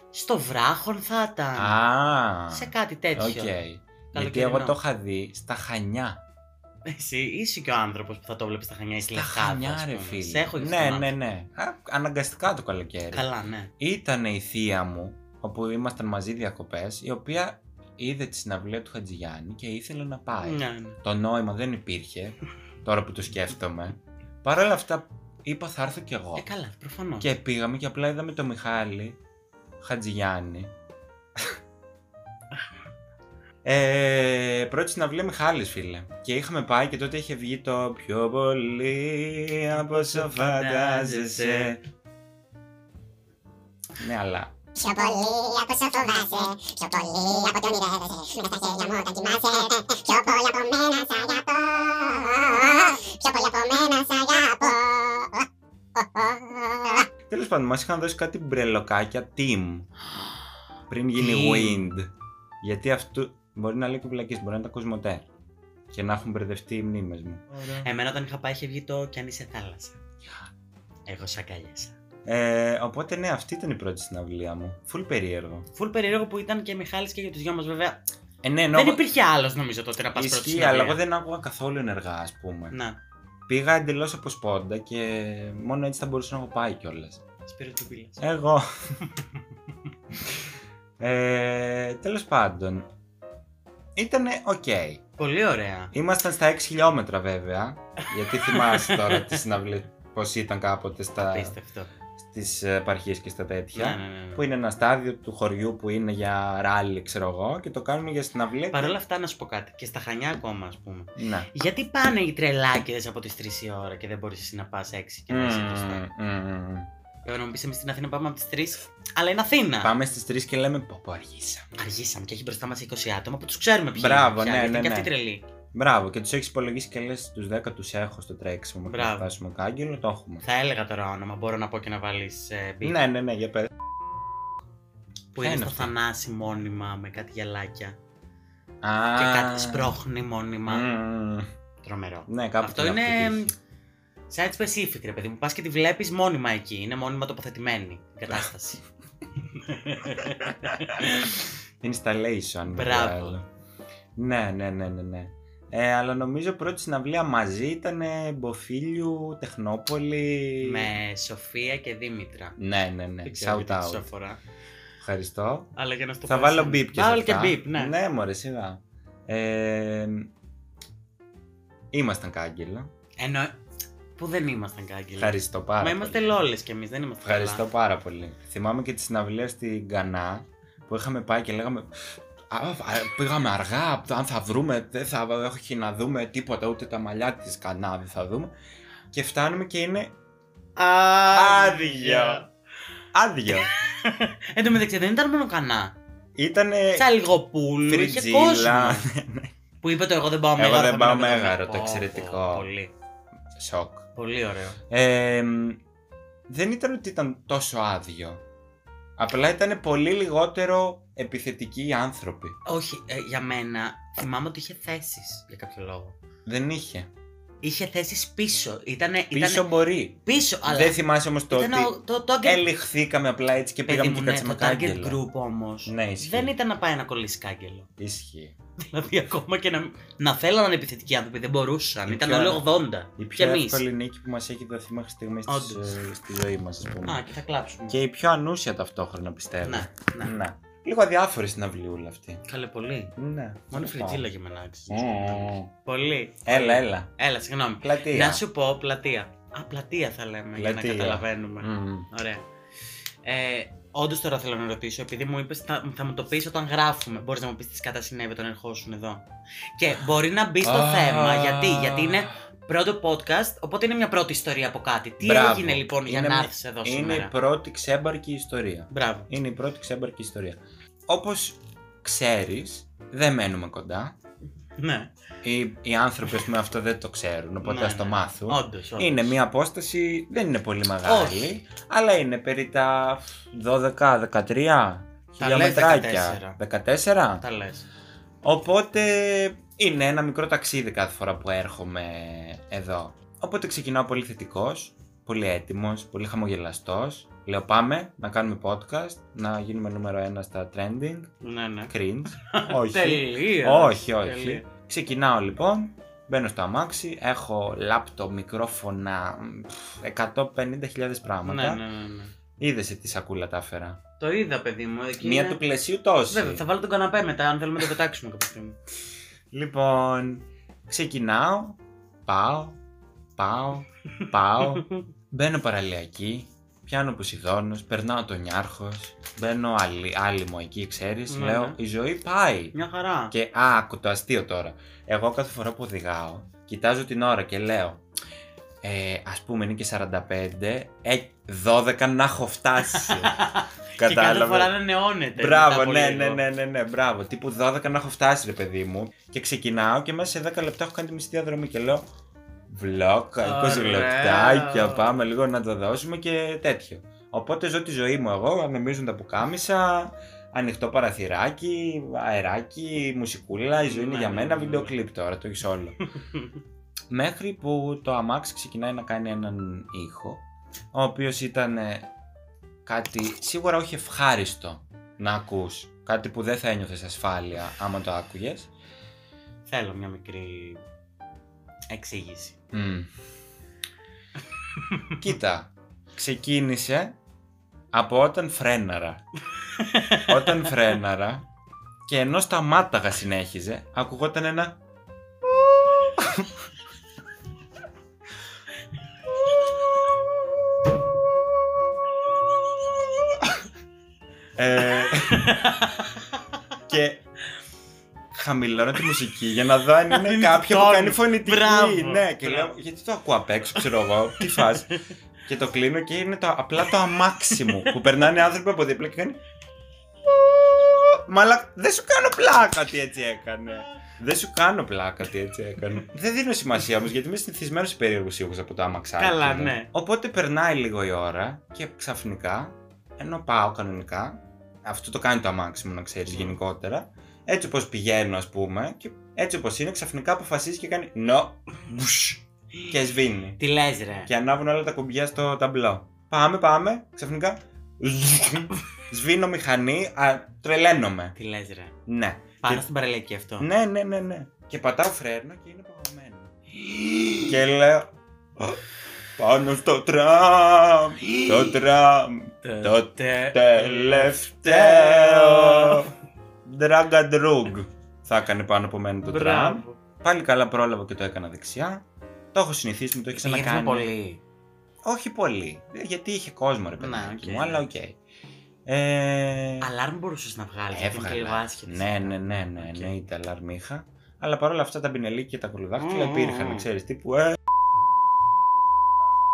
Speaker 2: Στο βράχον θα ήταν.
Speaker 1: Α.
Speaker 2: Σε κάτι τέτοιο.
Speaker 1: Οκ. Γιατί
Speaker 2: Καλοκαιρινό.
Speaker 1: εγώ το είχα δει στα Χανιά.
Speaker 2: Εσύ είσαι και ο άνθρωπος που θα το βλέπεις στα χανιά ή στη
Speaker 1: Στα
Speaker 2: Λεχάδα. ας
Speaker 1: Χανιά ρε
Speaker 2: πούμε.
Speaker 1: φίλε.
Speaker 2: Σε έχω
Speaker 1: Ναι, ναι, ναι. Α, Αναγκαστικά το καλοκαίρι.
Speaker 2: Καλά, ναι.
Speaker 1: ήταν η θεία μου, όπου ήμασταν μαζί διακοπές, η οποία είδε τη συναυλία του Χατζηγιάννη και ήθελε να πάει.
Speaker 2: Ναι, ναι.
Speaker 1: Το νόημα δεν υπήρχε, τώρα που το σκέφτομαι. Παρ' όλα αυτά, είπα θα έρθω κι εγώ.
Speaker 2: Ε, καλά, προφανώς.
Speaker 1: Και πήγαμε και απλά είδαμε τον Μιχάλη Χατζηγιάννη. ε, πρώτη συναυλία Μιχάλης φίλε και είχαμε πάει και τότε είχε βγει το πιο πολύ από όσο φαντάζεσαι ναι αλλά
Speaker 3: Πιο πολύ από σε φοβάσαι, πιο πολύ από το ονειρεύεσαι. Με στα χέρια μου όταν κοιμάσαι, πιο πολύ από μένα σ' αγαπώ. Πιο πολύ από μένα σ' αγαπώ.
Speaker 1: τέλος πάντων μας είχαν δώσει κάτι μπρελοκάκια team πριν γίνει
Speaker 2: Team.
Speaker 1: wind γιατί αυτό μπορεί να λέει κουβλακής μπορεί να είναι τα κοσμοτέ και να έχουν μπερδευτεί οι μνήμες μου
Speaker 2: Εμένα όταν είχα πάει είχε βγει το κι αν είσαι θάλασσα. Εγώ σ' αγκαλιάσα.
Speaker 1: Ε, οπότε ναι, αυτή ήταν η πρώτη συναυλία μου. Φουλ περίεργο.
Speaker 2: Φουλ περίεργο που ήταν και Μιχάλης και για τους δυο μας βέβαια.
Speaker 1: Ε, ναι, ενώ
Speaker 2: Δεν
Speaker 1: εγώ-
Speaker 2: υπήρχε άλλος νομίζω τότε να πας πρώτη
Speaker 1: Ισχύει,
Speaker 2: συναυλία. Ναι.
Speaker 1: αλλά εγώ δεν άκουγα καθόλου ενεργά, ας πούμε.
Speaker 2: Να,
Speaker 1: Πήγα εντελώς από σπόντα και μόνο έτσι θα μπορούσα να έχω πάει κιόλας.
Speaker 2: Σπύρο του Πύλας.
Speaker 1: Εγώ. ε, Τέλος πάντων. Ήτανε οκ.
Speaker 2: Πολύ ωραία.
Speaker 1: Ήμασταν στα 6 χιλιόμετρα βέβαια. γιατί θυμάσαι τώρα τη συναυλία. Πώς ήταν κάποτε στα,
Speaker 2: Απίστευτο.
Speaker 1: στις ε, επαρχίες και στα τέτοια.
Speaker 2: Ναι, ναι, ναι, ναι.
Speaker 1: που είναι ένα στάδιο του χωριού που είναι για ράλι, ξέρω εγώ, και το κάνουμε για συναυλία.
Speaker 2: Παρ'
Speaker 1: και-
Speaker 2: όλα αυτά να σου πω κάτι. Και στα χανιά ακόμα, ας πούμε.
Speaker 1: Ναι.
Speaker 2: Γιατί πάνε οι τρελάκιδες από τις 3 η ώρα και δεν μπορείς εσύ να πας 6 και να είσαι
Speaker 1: Μμμ,
Speaker 2: κλειστό.
Speaker 1: μμμ, μμμ.
Speaker 2: Βέβαια, να μου πεις εμείς στην Αθήνα πάμε από τις 3, αλλά είναι Αθήνα.
Speaker 1: Πάμε στις 3 και λέμε πω πω αργήσαμε.
Speaker 2: Αργήσαμε και έχει μπροστά μας 20 άτομα που τους ξέρουμε ποιοι
Speaker 1: Μπράβο,
Speaker 2: είναι.
Speaker 1: ναι, ναι,
Speaker 2: πια, γιατί
Speaker 1: ναι.
Speaker 2: Και αυτοί τρελοί.
Speaker 1: Μπράβο, και τους έχεις υπολογίσει και λες τους 10 τους έχω στο τρέξιμο. Μέχρι να
Speaker 2: Μπράβο.
Speaker 1: φτάσουμε κάγκελο, το έχουμε.
Speaker 2: Θα έλεγα τώρα όνομα, μπορώ να πω και να βάλεις ε, μπιπ,
Speaker 1: Ναι, ναι, ναι, για πέρα.
Speaker 2: Που
Speaker 1: ποια
Speaker 2: είναι
Speaker 1: είναι
Speaker 2: στο
Speaker 1: αυτή?
Speaker 2: θανάσι μόνιμα με κάτι γυαλάκια.
Speaker 1: Α,
Speaker 2: Και κάτι σπρώχνει μόνιμα.
Speaker 1: μμμ,
Speaker 2: Τρομερό.
Speaker 1: Ναι, κάπου
Speaker 2: Αυτό
Speaker 1: την
Speaker 2: είναι,
Speaker 1: έχω πετύχει.
Speaker 2: Site specific, ρε παιδί μου. Πας και τη βλέπεις μόνιμα εκεί. Είναι μόνιμα τοποθετημένη η κατάσταση.
Speaker 1: Installation. με το
Speaker 2: Μπράβο.
Speaker 1: άλλο. Ναι, ναι, ναι, ναι. ναι. Ε, αλλά νομίζω πρώτη συναυλία μαζί ήταν Μποφίλιου, Τεχνόπολη.
Speaker 2: με Σοφία και Δήμητρα.
Speaker 1: Ναι, ναι, ναι.
Speaker 2: Δεν ξέρω
Speaker 1: Shout
Speaker 2: γιατί τους
Speaker 1: out.
Speaker 2: αφορά.
Speaker 1: Ευχαριστώ.
Speaker 2: Αλλά για να στο
Speaker 1: Θα
Speaker 2: πω
Speaker 1: βάλω
Speaker 2: εσύ.
Speaker 1: μπίπ και
Speaker 2: Βάλω
Speaker 1: σε
Speaker 2: και
Speaker 1: αυτά.
Speaker 2: μπίπ, ναι.
Speaker 1: Ναι, μωρέ, σιγά. Ε, ήμασταν κάγκελα.
Speaker 2: Ενώ. Που δεν ήμασταν κάγκελοι.
Speaker 1: Ευχαριστώ πάρα
Speaker 2: Μα
Speaker 1: πολύ.
Speaker 2: είμαστε λόλες κι εμείς, δεν είμαστε.
Speaker 1: Ευχαριστώ
Speaker 2: καλά.
Speaker 1: πάρα πολύ. Θυμάμαι και τη συναυλία στην Γκανά που είχαμε πάει και λέγαμε. «Α, α, πήγαμε αργά, αν θα βρούμε, δεν θα έχει να δούμε τίποτα, ούτε τα μαλλιά της Γκανά δεν θα δούμε. Και φτάνουμε και είναι Άδεια. άδειο.
Speaker 2: Εν τω μεταξύ δεν ήταν μόνο κανά.
Speaker 1: Ήτανε
Speaker 2: Τσαλιγοπούλου, είχε κόσμο.
Speaker 1: Ε, φριτζίλα, Ναι,
Speaker 2: Που είπε το Εγώ δεν πάω
Speaker 1: Εγώ
Speaker 2: μέγαρο.
Speaker 1: δεν
Speaker 2: θα
Speaker 1: πάω
Speaker 2: μείνω εδώ».
Speaker 1: μέγαρο, το
Speaker 2: Πω, πω,
Speaker 1: εξαιρετικό.
Speaker 2: Πολύ.
Speaker 1: σοκ.
Speaker 2: Πολύ ωραίο.
Speaker 1: Ε, μ, δεν ήταν ότι ήταν τόσο άδειο. Απλά ήταν πολύ λιγότερο επιθετικοί οι άνθρωποι.
Speaker 2: Όχι, ε, για μένα θυμάμαι ότι είχε θέσεις για κάποιο λόγο.
Speaker 1: Δεν είχε.
Speaker 2: Είχε θέσεις πίσω. Ήτανε,
Speaker 1: Πίσω
Speaker 2: ήτανε-
Speaker 1: μπορεί.
Speaker 2: πίσω, αλλά.
Speaker 1: Δεν θυμάσαι όμως το
Speaker 2: ήταν
Speaker 1: ότι
Speaker 2: ο- το, το, target-
Speaker 1: ελιχθήκαμε απλά έτσι και
Speaker 2: Παιδί
Speaker 1: πήγαμε
Speaker 2: μου,
Speaker 1: και
Speaker 2: ναι,
Speaker 1: κάτσαμε
Speaker 2: το target
Speaker 1: κάγκελα.
Speaker 2: group όμως
Speaker 1: Ναι, ισχύει.
Speaker 2: δεν ήταν να πάει να κολλήσει κάγκελο.
Speaker 1: Ισχύει.
Speaker 2: Δηλαδή, ακόμα και να, να θέλανε επιθετικοί άνθρωποι, δεν μπορούσαν.
Speaker 1: Η
Speaker 2: Ήταν
Speaker 1: πιο-
Speaker 2: όλοι 80.
Speaker 1: Η
Speaker 2: και
Speaker 1: πιο
Speaker 2: εμείς.
Speaker 1: εύκολη νίκη που μας έχει δοθεί μέχρι στιγμής της,
Speaker 2: Όντως.
Speaker 1: ε, στη ζωή μας, ας πούμε.
Speaker 2: Α, και θα κλάψουμε.
Speaker 1: Και η πιο ανούσια ταυτόχρονα, πιστεύω.
Speaker 2: Ναι, ναι.
Speaker 1: Ναι. Λίγο αδιάφορη στην αυλιούλα αυτή.
Speaker 2: Καλέ πολύ.
Speaker 1: Ναι.
Speaker 2: Μόνο
Speaker 1: Σωστό.
Speaker 2: φριτζίλα για μένα άξιζε.
Speaker 1: Μμμ.
Speaker 2: Ναι. Πολύ.
Speaker 1: ε. Έλα, έλα.
Speaker 2: Έλα, συγγνώμη.
Speaker 1: Πλατεία.
Speaker 2: Να σου πω πλατεία. Α, πλατεία θα λέμε για
Speaker 1: Πλατεία.
Speaker 2: να καταλαβαίνουμε.
Speaker 1: Μμμ.
Speaker 2: Ωραία. Ε, Όντως τώρα θέλω να ρωτήσω, επειδή μου είπες θα, θα μου το πεις όταν γράφουμε. Μπορείς να μου πεις τι κατά συνέβη όταν ερχόσουν εδώ. Και μπορεί να μπει στο
Speaker 1: Α.
Speaker 2: θέμα, γιατί, γιατί είναι πρώτο podcast, οπότε είναι μια πρώτη ιστορία από κάτι. Τι
Speaker 1: Μπράβο.
Speaker 2: έγινε λοιπόν για
Speaker 1: Είναι
Speaker 2: να
Speaker 1: μια-
Speaker 2: έρθεις εδώ
Speaker 1: Είναι
Speaker 2: σήμερα.
Speaker 1: η πρώτη ξέμπαρκη ιστορία.
Speaker 2: Μπράβο.
Speaker 1: Είναι η πρώτη ξέμπαρκη ιστορία. Όπως ξέρεις, δεν μένουμε κοντά.
Speaker 2: Ναι.
Speaker 1: Οι, οι άνθρωποι, ας πούμε, αυτό δεν το ξέρουν, οπότε
Speaker 2: Ναι,
Speaker 1: ας το
Speaker 2: ναι.
Speaker 1: μάθουν.
Speaker 2: Όντως.
Speaker 1: Είναι μια απόσταση, δεν είναι πολύ μεγάλη, αλλά είναι περί τα 12-13
Speaker 2: Τα λες
Speaker 1: χιλιομετράκια. 14.
Speaker 2: Τα λες.
Speaker 1: Οπότε είναι ένα μικρό ταξίδι κάθε φορά που έρχομαι εδώ. Οπότε ξεκινάω πολύ θετικός, πολύ έτοιμος, πολύ χαμογελαστός. Λέω πάμε να κάνουμε podcast, να γίνουμε νούμερο 1 στα trending.
Speaker 2: Ναι, ναι.
Speaker 1: Cringe. όχι.
Speaker 2: Τελεία.
Speaker 1: όχι, όχι.
Speaker 2: Τελεία.
Speaker 1: Ξεκινάω λοιπόν, μπαίνω στο αμάξι, έχω λάπτο, μικρόφωνα, μ, 150.000 πράγματα.
Speaker 2: Ναι, ναι, ναι. ναι.
Speaker 1: Είδες σε τι σακούλα τα έφερα.
Speaker 2: Το είδα, παιδί μου. Εκεί
Speaker 1: Μία
Speaker 2: είναι-
Speaker 1: του πλαισίου τόση.
Speaker 2: Βέβαια, θα βάλω τον καναπέ μετά, αν θέλουμε να το πετάξουμε κάποια στιγμή.
Speaker 1: Λοιπόν, ξεκινάω, πάω, πάω, πάω, μπαίνω παραλιακή, πιάνω Ποσειδώνος, περνάω τον Νιάρχος, μπαίνω άλλη, άλυμο εκεί, ξέρεις,
Speaker 2: Ναι,
Speaker 1: λέω,
Speaker 2: ναι.
Speaker 1: η ζωή πάει.
Speaker 2: Μια χαρά.
Speaker 1: Και α, άκου το αστείο τώρα. Εγώ κάθε φορά που οδηγάω, κοιτάζω την ώρα και λέω, ε, ας πούμε είναι και 45, ε, 12 να έχω φτάσει.
Speaker 2: Και κάθε φορά να νεώνεται. μετά
Speaker 1: Μπράβο,
Speaker 2: από
Speaker 1: ναι,
Speaker 2: λίγο.
Speaker 1: ναι, ναι, ναι, ναι, μπράβο. Τύπου 12 να έχω φτάσει, ρε παιδί μου. Και ξεκινάω και μέσα σε 10 λεπτά έχω κάνει τη μισή διαδρομή και λέω. Βλόκα, 20
Speaker 2: Ωραίο.
Speaker 1: λεπτάκια, πάμε λίγο να το δώσουμε και τέτοιο. Οπότε ζω τη ζωή μου εγώ, ανεμίζουν τα πουκάμισα, ανοιχτό παραθυράκι, αεράκι, μουσικούλα, η ζωή είναι
Speaker 2: Ναι,
Speaker 1: για
Speaker 2: ναι,
Speaker 1: μένα
Speaker 2: ναι, ναι.
Speaker 1: βίντεο κλιπ τώρα, το έχεις όλο. Μέχρι που το αμάξι ξεκινάει να κάνει έναν ήχο, ο οποίος ήταν ε, κάτι σίγουρα όχι ευχάριστο να ακούς. Κάτι που δεν θα ένιωθες ασφάλεια άμα το άκουγες.
Speaker 2: Θέλω μια μικρή εξήγηση.
Speaker 1: Μμμ. Κοίτα, ξεκίνησε από όταν φρέναρα. όταν φρέναρα και ενώ σταμάταγα συνέχιζε, ακουγόταν ένα Ε, και χαμηλώνω τη μουσική για να δω αν είναι
Speaker 2: Είναι
Speaker 1: κάποιο που
Speaker 2: τόνο.
Speaker 1: κάνει φωνητική.
Speaker 2: Μπράβο.
Speaker 1: ναι, και
Speaker 2: Μπράβο.
Speaker 1: λέω, γιατί το ακούω απ' έξω, ξέρω εγώ, τι φας. και το κλείνω και είναι το, απλά το αμάξι μου που περνάνε άνθρωποι από δίπλα και κάνει. Μαλά, δεν σου κάνω πλάκα τι έτσι έκανε. Δεν σου κάνω πλάκα τι έτσι έκανε. δεν δίνω σημασία όμως γιατί είμαι συνηθισμένος σε περίεργους ήχους από το αμαξάκι.
Speaker 2: Καλά,
Speaker 1: μου.
Speaker 2: ναι.
Speaker 1: Οπότε περνάει λίγο η ώρα και ξαφνικά, ενώ πάω κανονικά, αυτό το κάνει το αμάξι μου να ξέρεις
Speaker 2: Mm.
Speaker 1: γενικότερα, έτσι όπως πηγαίνω, ας πούμε, και έτσι όπως είναι, ξαφνικά αποφασίζει και κάνει. No! Μπουσ! και σβήνει.
Speaker 2: Τι λες, ρε.
Speaker 1: Και ανάβουν όλα τα κουμπιά στο ταμπλό. Πάμε, πάμε. Ξαφνικά. Σβήνω μηχανή. Α, τρελαίνομαι.
Speaker 2: Τι λες, ρε.
Speaker 1: Ναι.
Speaker 2: Πάνω
Speaker 1: Και-
Speaker 2: στην παραλιακή αυτό.
Speaker 1: Ναι, ναι, ναι, ναι. Και πατάω φρένο και είναι παγωμένο. και λέω. «Α, Πάνω στο τραμ. Το τραμ. το
Speaker 2: τε-
Speaker 1: Τελευταίο. Ντραγκαντρούγκ. Θα έκανε πάνω από μένα το τραμ.
Speaker 2: Μπράβο.
Speaker 1: Πάλι καλά πρόλαβα και το έκανα δεξιά. Το έχω συνηθίσει, μου το έχει
Speaker 2: Πήγαμε
Speaker 1: ξανακάνει.
Speaker 2: πολύ.
Speaker 1: Όχι πολύ. Ε, Γιατί είχε κόσμο, ρε
Speaker 2: Να,
Speaker 1: παιδάκι
Speaker 2: οκ.
Speaker 1: μου, αλλά οκ. Ε,
Speaker 2: Αλάρμ μπορούσες να βγάλεις.
Speaker 1: έβγαλα. Ναι, ναι, ναι, ναι, ναι, εννοείται αλάρμ είχα. Αλλά παρόλα αυτά τα μπινελίκια και τα κολοδάχτυλα
Speaker 2: Μμμ.
Speaker 1: υπήρχαν, ξέρεις τύπου. Ε,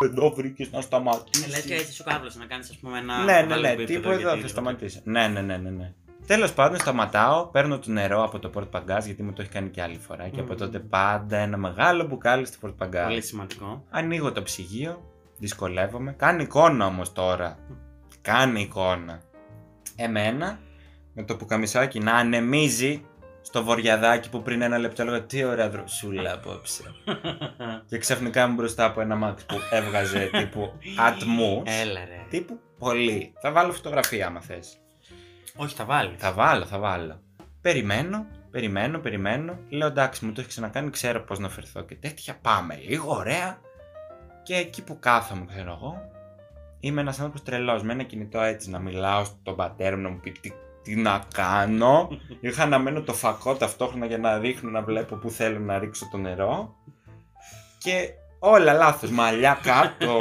Speaker 1: εδώ βρήκες να σταματήσεις.
Speaker 2: Λε Ε, και έτσι ο κάβλο να κάνεις, ας πούμε, ένα.
Speaker 1: Ναι, ναι,
Speaker 2: βάλει
Speaker 1: ναι,
Speaker 2: επίπεδο
Speaker 1: τύπου
Speaker 2: γιατί
Speaker 1: εδώ θα
Speaker 2: τίποτα.
Speaker 1: σταματήσει. Ναι, ναι, ναι, ναι. ναι. Τέλος πάντων, σταματάω, παίρνω το νερό από το Port Pagaz γιατί μου το έχει κάνει και άλλη φορά. Και από
Speaker 2: Μμμ.
Speaker 1: τότε πάντα ένα μεγάλο μπουκάλι στο Port Pagaz.
Speaker 2: Πολύ σημαντικό.
Speaker 1: Ανοίγω το ψυγείο, δυσκολεύομαι. Κάνει εικόνα όμως τώρα. Κάνει εικόνα. Εμένα, με το πουκαμισάκι να ανεμίζει στο βοριαδάκι που πριν ένα λεπτό έλεγα Τι ωραία δροσούλα απόψε. και ξαφνικά είμαι μπροστά από ένα μάξ που έβγαζε τύπου ατμού.
Speaker 2: Έλα, ρε.
Speaker 1: τύπου πολύ. Θα βάλω φωτογραφία άμα θες.
Speaker 2: Όχι, θα βάλεις.
Speaker 1: Θα βάλω, θα βάλω. Περιμένω, περιμένω, περιμένω. Λέω εντάξει, μου το έχεις ξανακάνει, ξέρω πώς να φερθώ και τέτοια. Πάμε λίγο, ωραία. Και εκεί που κάθομαι, ξέρω εγώ, είμαι ένας άνθρωπος τρελός. Με ένα κινητό έτσι να μιλάω στον πατέρα μου να μου πει τι, τι να κάνω. Είχα αναμένο το φακό ταυτόχρονα για να ρίχνω να βλέπω που θέλω να ρίξω το νερό. Και όλα λάθος, μαλλιά κάτω,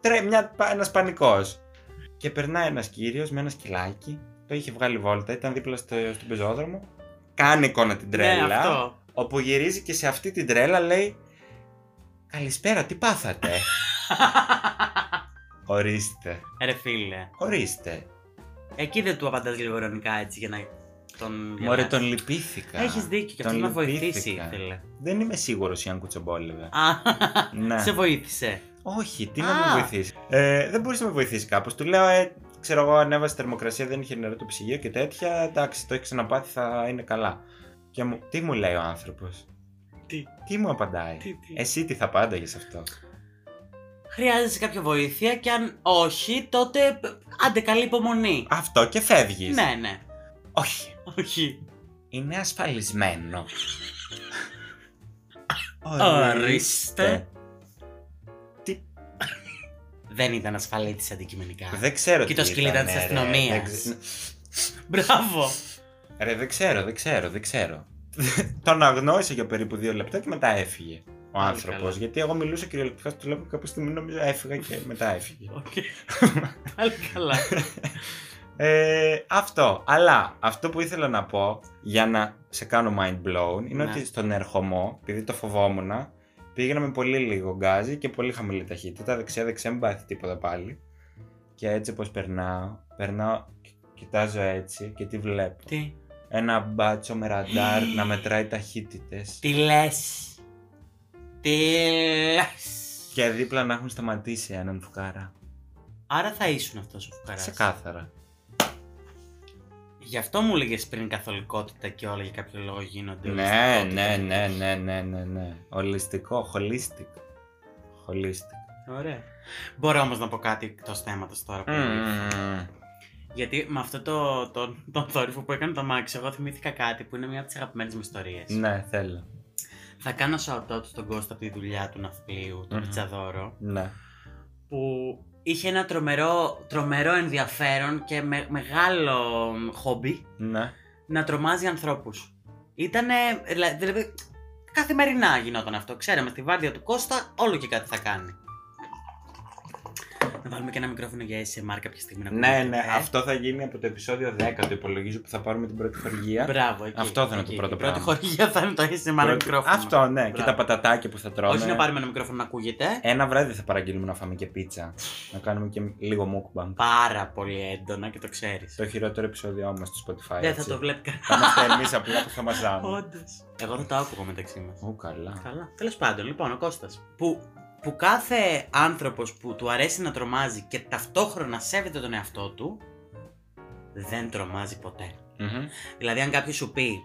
Speaker 1: τρε, μια, ένας πανικός. Και περνάει ένας κύριος με ένα σκυλάκι, το είχε βγάλει βόλτα, ήταν δίπλα στο, στον πεζόδρομο. Κάνει εικόνα την τρέλα,
Speaker 2: Ναι, αυτό.
Speaker 1: όπου γυρίζει και σε αυτή την τρέλα λέει «Καλησπέρα, τι πάθατε» «Ορίστε,
Speaker 2: Ρε φίλε.
Speaker 1: ορίστε».
Speaker 2: Εκεί δεν του απαντάς λίγο ειρωνικά έτσι για να τον.
Speaker 1: Μωρέ, τον λυπήθηκα.
Speaker 2: Έχεις δίκιο και
Speaker 1: Τον
Speaker 2: αυτό να
Speaker 1: λυπήθηκα.
Speaker 2: βοηθήσει ήθελε.
Speaker 1: Δεν είμαι σίγουρος αν κουτσομπόλευε.
Speaker 2: Α,
Speaker 1: ναι.
Speaker 2: σε βοήθησε.
Speaker 1: Όχι, τι να με
Speaker 2: Α.
Speaker 1: βοηθήσει. Ε, δεν μπορούσε να με βοηθήσει κάπως. Του λέω, ε, ξέρω εγώ, ανέβασε θερμοκρασία, δεν είχε νερό το ψυγείο και τέτοια. Εντάξει, το έχεις ξαναπάθει, θα είναι καλά. Και μου, τι μου λέει ο άνθρωπος.
Speaker 2: Τι?
Speaker 1: τι μου απαντάει.
Speaker 2: Τι, τι.
Speaker 1: Εσύ τι θα απάνταγες σε αυτό.
Speaker 2: Ε, Χρειάζεσαι κάποια βοήθεια και αν όχι, τότε π, άντε καλή υπομονή.
Speaker 1: Αυτό και φεύγεις.
Speaker 2: Ναι, ναι.
Speaker 1: Όχι.
Speaker 2: Όχι.
Speaker 1: Είναι ασφαλισμένο.
Speaker 2: Ορίστε.
Speaker 1: Τι.
Speaker 2: δεν ήταν ασφαλή τη αντικειμενικά.
Speaker 1: Δεν ξέρω
Speaker 2: Και
Speaker 1: τι
Speaker 2: το σκυλί ήταν της
Speaker 1: ρε.
Speaker 2: αστυνομίας.
Speaker 1: Δεν ξε-
Speaker 2: Μπράβο!
Speaker 1: Ρε, δεν ξέρω, δεν ξέρω, δεν ξέρω. τον αγνώρισα για περίπου δύο λεπτά και μετά έφυγε ο
Speaker 2: Πάλι
Speaker 1: άνθρωπος.
Speaker 2: καλά.
Speaker 1: Γιατί εγώ μιλούσα κυριολεκτικά στο τηλέφωνο και κάποια στιγμή νομίζω έφυγα και μετά έφυγε.
Speaker 2: Οκ. Πάλι καλά.
Speaker 1: Ε, αυτό. Αλλά αυτό που ήθελα να πω για να σε κάνω mind blown είναι
Speaker 2: Ναι.
Speaker 1: ότι στον ερχομό, επειδή το φοβόμουν, πήγαινα με πολύ λίγο γκάζι και πολύ χαμηλή ταχύτητα. Δεξιά-δεξιά, μην πάθει τίποτα πάλι. Και έτσι όπως περνάω, περνάω, κοιτάζω έτσι και τι βλέπω.
Speaker 2: Τι.
Speaker 1: Ένα μπάτσο με ραντάρ να μετράει ταχύτητες.
Speaker 2: Τι λες. Τι λε.
Speaker 1: Και δίπλα να έχουν σταματήσει έναν φουκάρα.
Speaker 2: Άρα θα ήσουν αυτός ο φουκαρά.
Speaker 1: Σε κάθαρα.
Speaker 2: Γι' αυτό μου έλεγες πριν καθολικότητα και όλα για κάποιο λόγο γίνονται.
Speaker 1: Ναι, ναι, ναι, ναι, ναι, ναι, ναι. Ολιστικό, holistic. Holistic.
Speaker 2: Ωραία. Μπορώ όμως να πω κάτι εκτός θέματος τώρα. που
Speaker 1: Mm.
Speaker 2: Γιατί με αυτό το, το, τον θόρυβο που έκανε το Μάξ, εγώ θυμήθηκα κάτι που είναι μια από τις αγαπημένες μου ιστορίες.
Speaker 1: Ναι, θέλω.
Speaker 2: Θα κάνω shout-out στον Κώστα από τη δουλειά του ναυπλίου, τον
Speaker 1: Μμμ.
Speaker 2: Πιτσαδόρο,
Speaker 1: Ναι.
Speaker 2: που είχε ένα τρομερό, τρομερό ενδιαφέρον και με, μεγάλο χόμπι
Speaker 1: Ναι.
Speaker 2: να τρομάζει ανθρώπους. Ήτανε, δηλα- δηλαδή, καθημερινά γινόταν αυτό. Ξέραμε στη βάρδια του Κώστα όλο και κάτι θα κάνει. Να βάλουμε και ένα μικρόφωνο για ASMR κάποια στιγμή. να
Speaker 1: Ναι,
Speaker 2: ακούγεται,
Speaker 1: ναι.
Speaker 2: ε.
Speaker 1: Αυτό θα γίνει από το επεισόδιο 10 του υπολογίζω που θα πάρουμε την πρώτη χορηγία.
Speaker 2: Μπράβο, εκεί,
Speaker 1: Αυτό θα είναι το
Speaker 2: εκεί.
Speaker 1: πρώτο
Speaker 2: Η πρώτη
Speaker 1: πράγμα.
Speaker 2: χορηγία θα είναι το ASMR
Speaker 1: Πρώτη-
Speaker 2: μικρόφωνο.
Speaker 1: Αυτό, ναι. Και
Speaker 2: Μπράβο.
Speaker 1: τα Ε. πατατάκια που θα τρώμε.
Speaker 2: Όχι να πάρουμε ένα μικρόφωνο να ακούγεται.
Speaker 1: Ένα βράδυ θα παραγγείλουμε να φάμε και πίτσα. Να κάνουμε και λίγο mukbang.
Speaker 2: Πάρα πολύ έντονα και το ξέρεις.
Speaker 1: Το χειρότερο επεισόδιό μα στο Spotify.
Speaker 2: Δεν
Speaker 1: έτσι.
Speaker 2: θα το βλέπει κανένα.
Speaker 1: Θα είμαστε εμείς απλά που θα μα
Speaker 2: Όντως. Εγώ θα το άκουγα μεταξύ μας.
Speaker 1: Ω, καλά.
Speaker 2: Καλά. Τέλος πάντων, λοιπόν, ο Κώστας Που, που κάθε άνθρωπος που του αρέσει να τρομάζει και ταυτόχρονα σέβεται τον εαυτό του, δεν τρομάζει ποτέ.
Speaker 1: Μμμ.
Speaker 2: Δηλαδή, αν κάποιος σου πει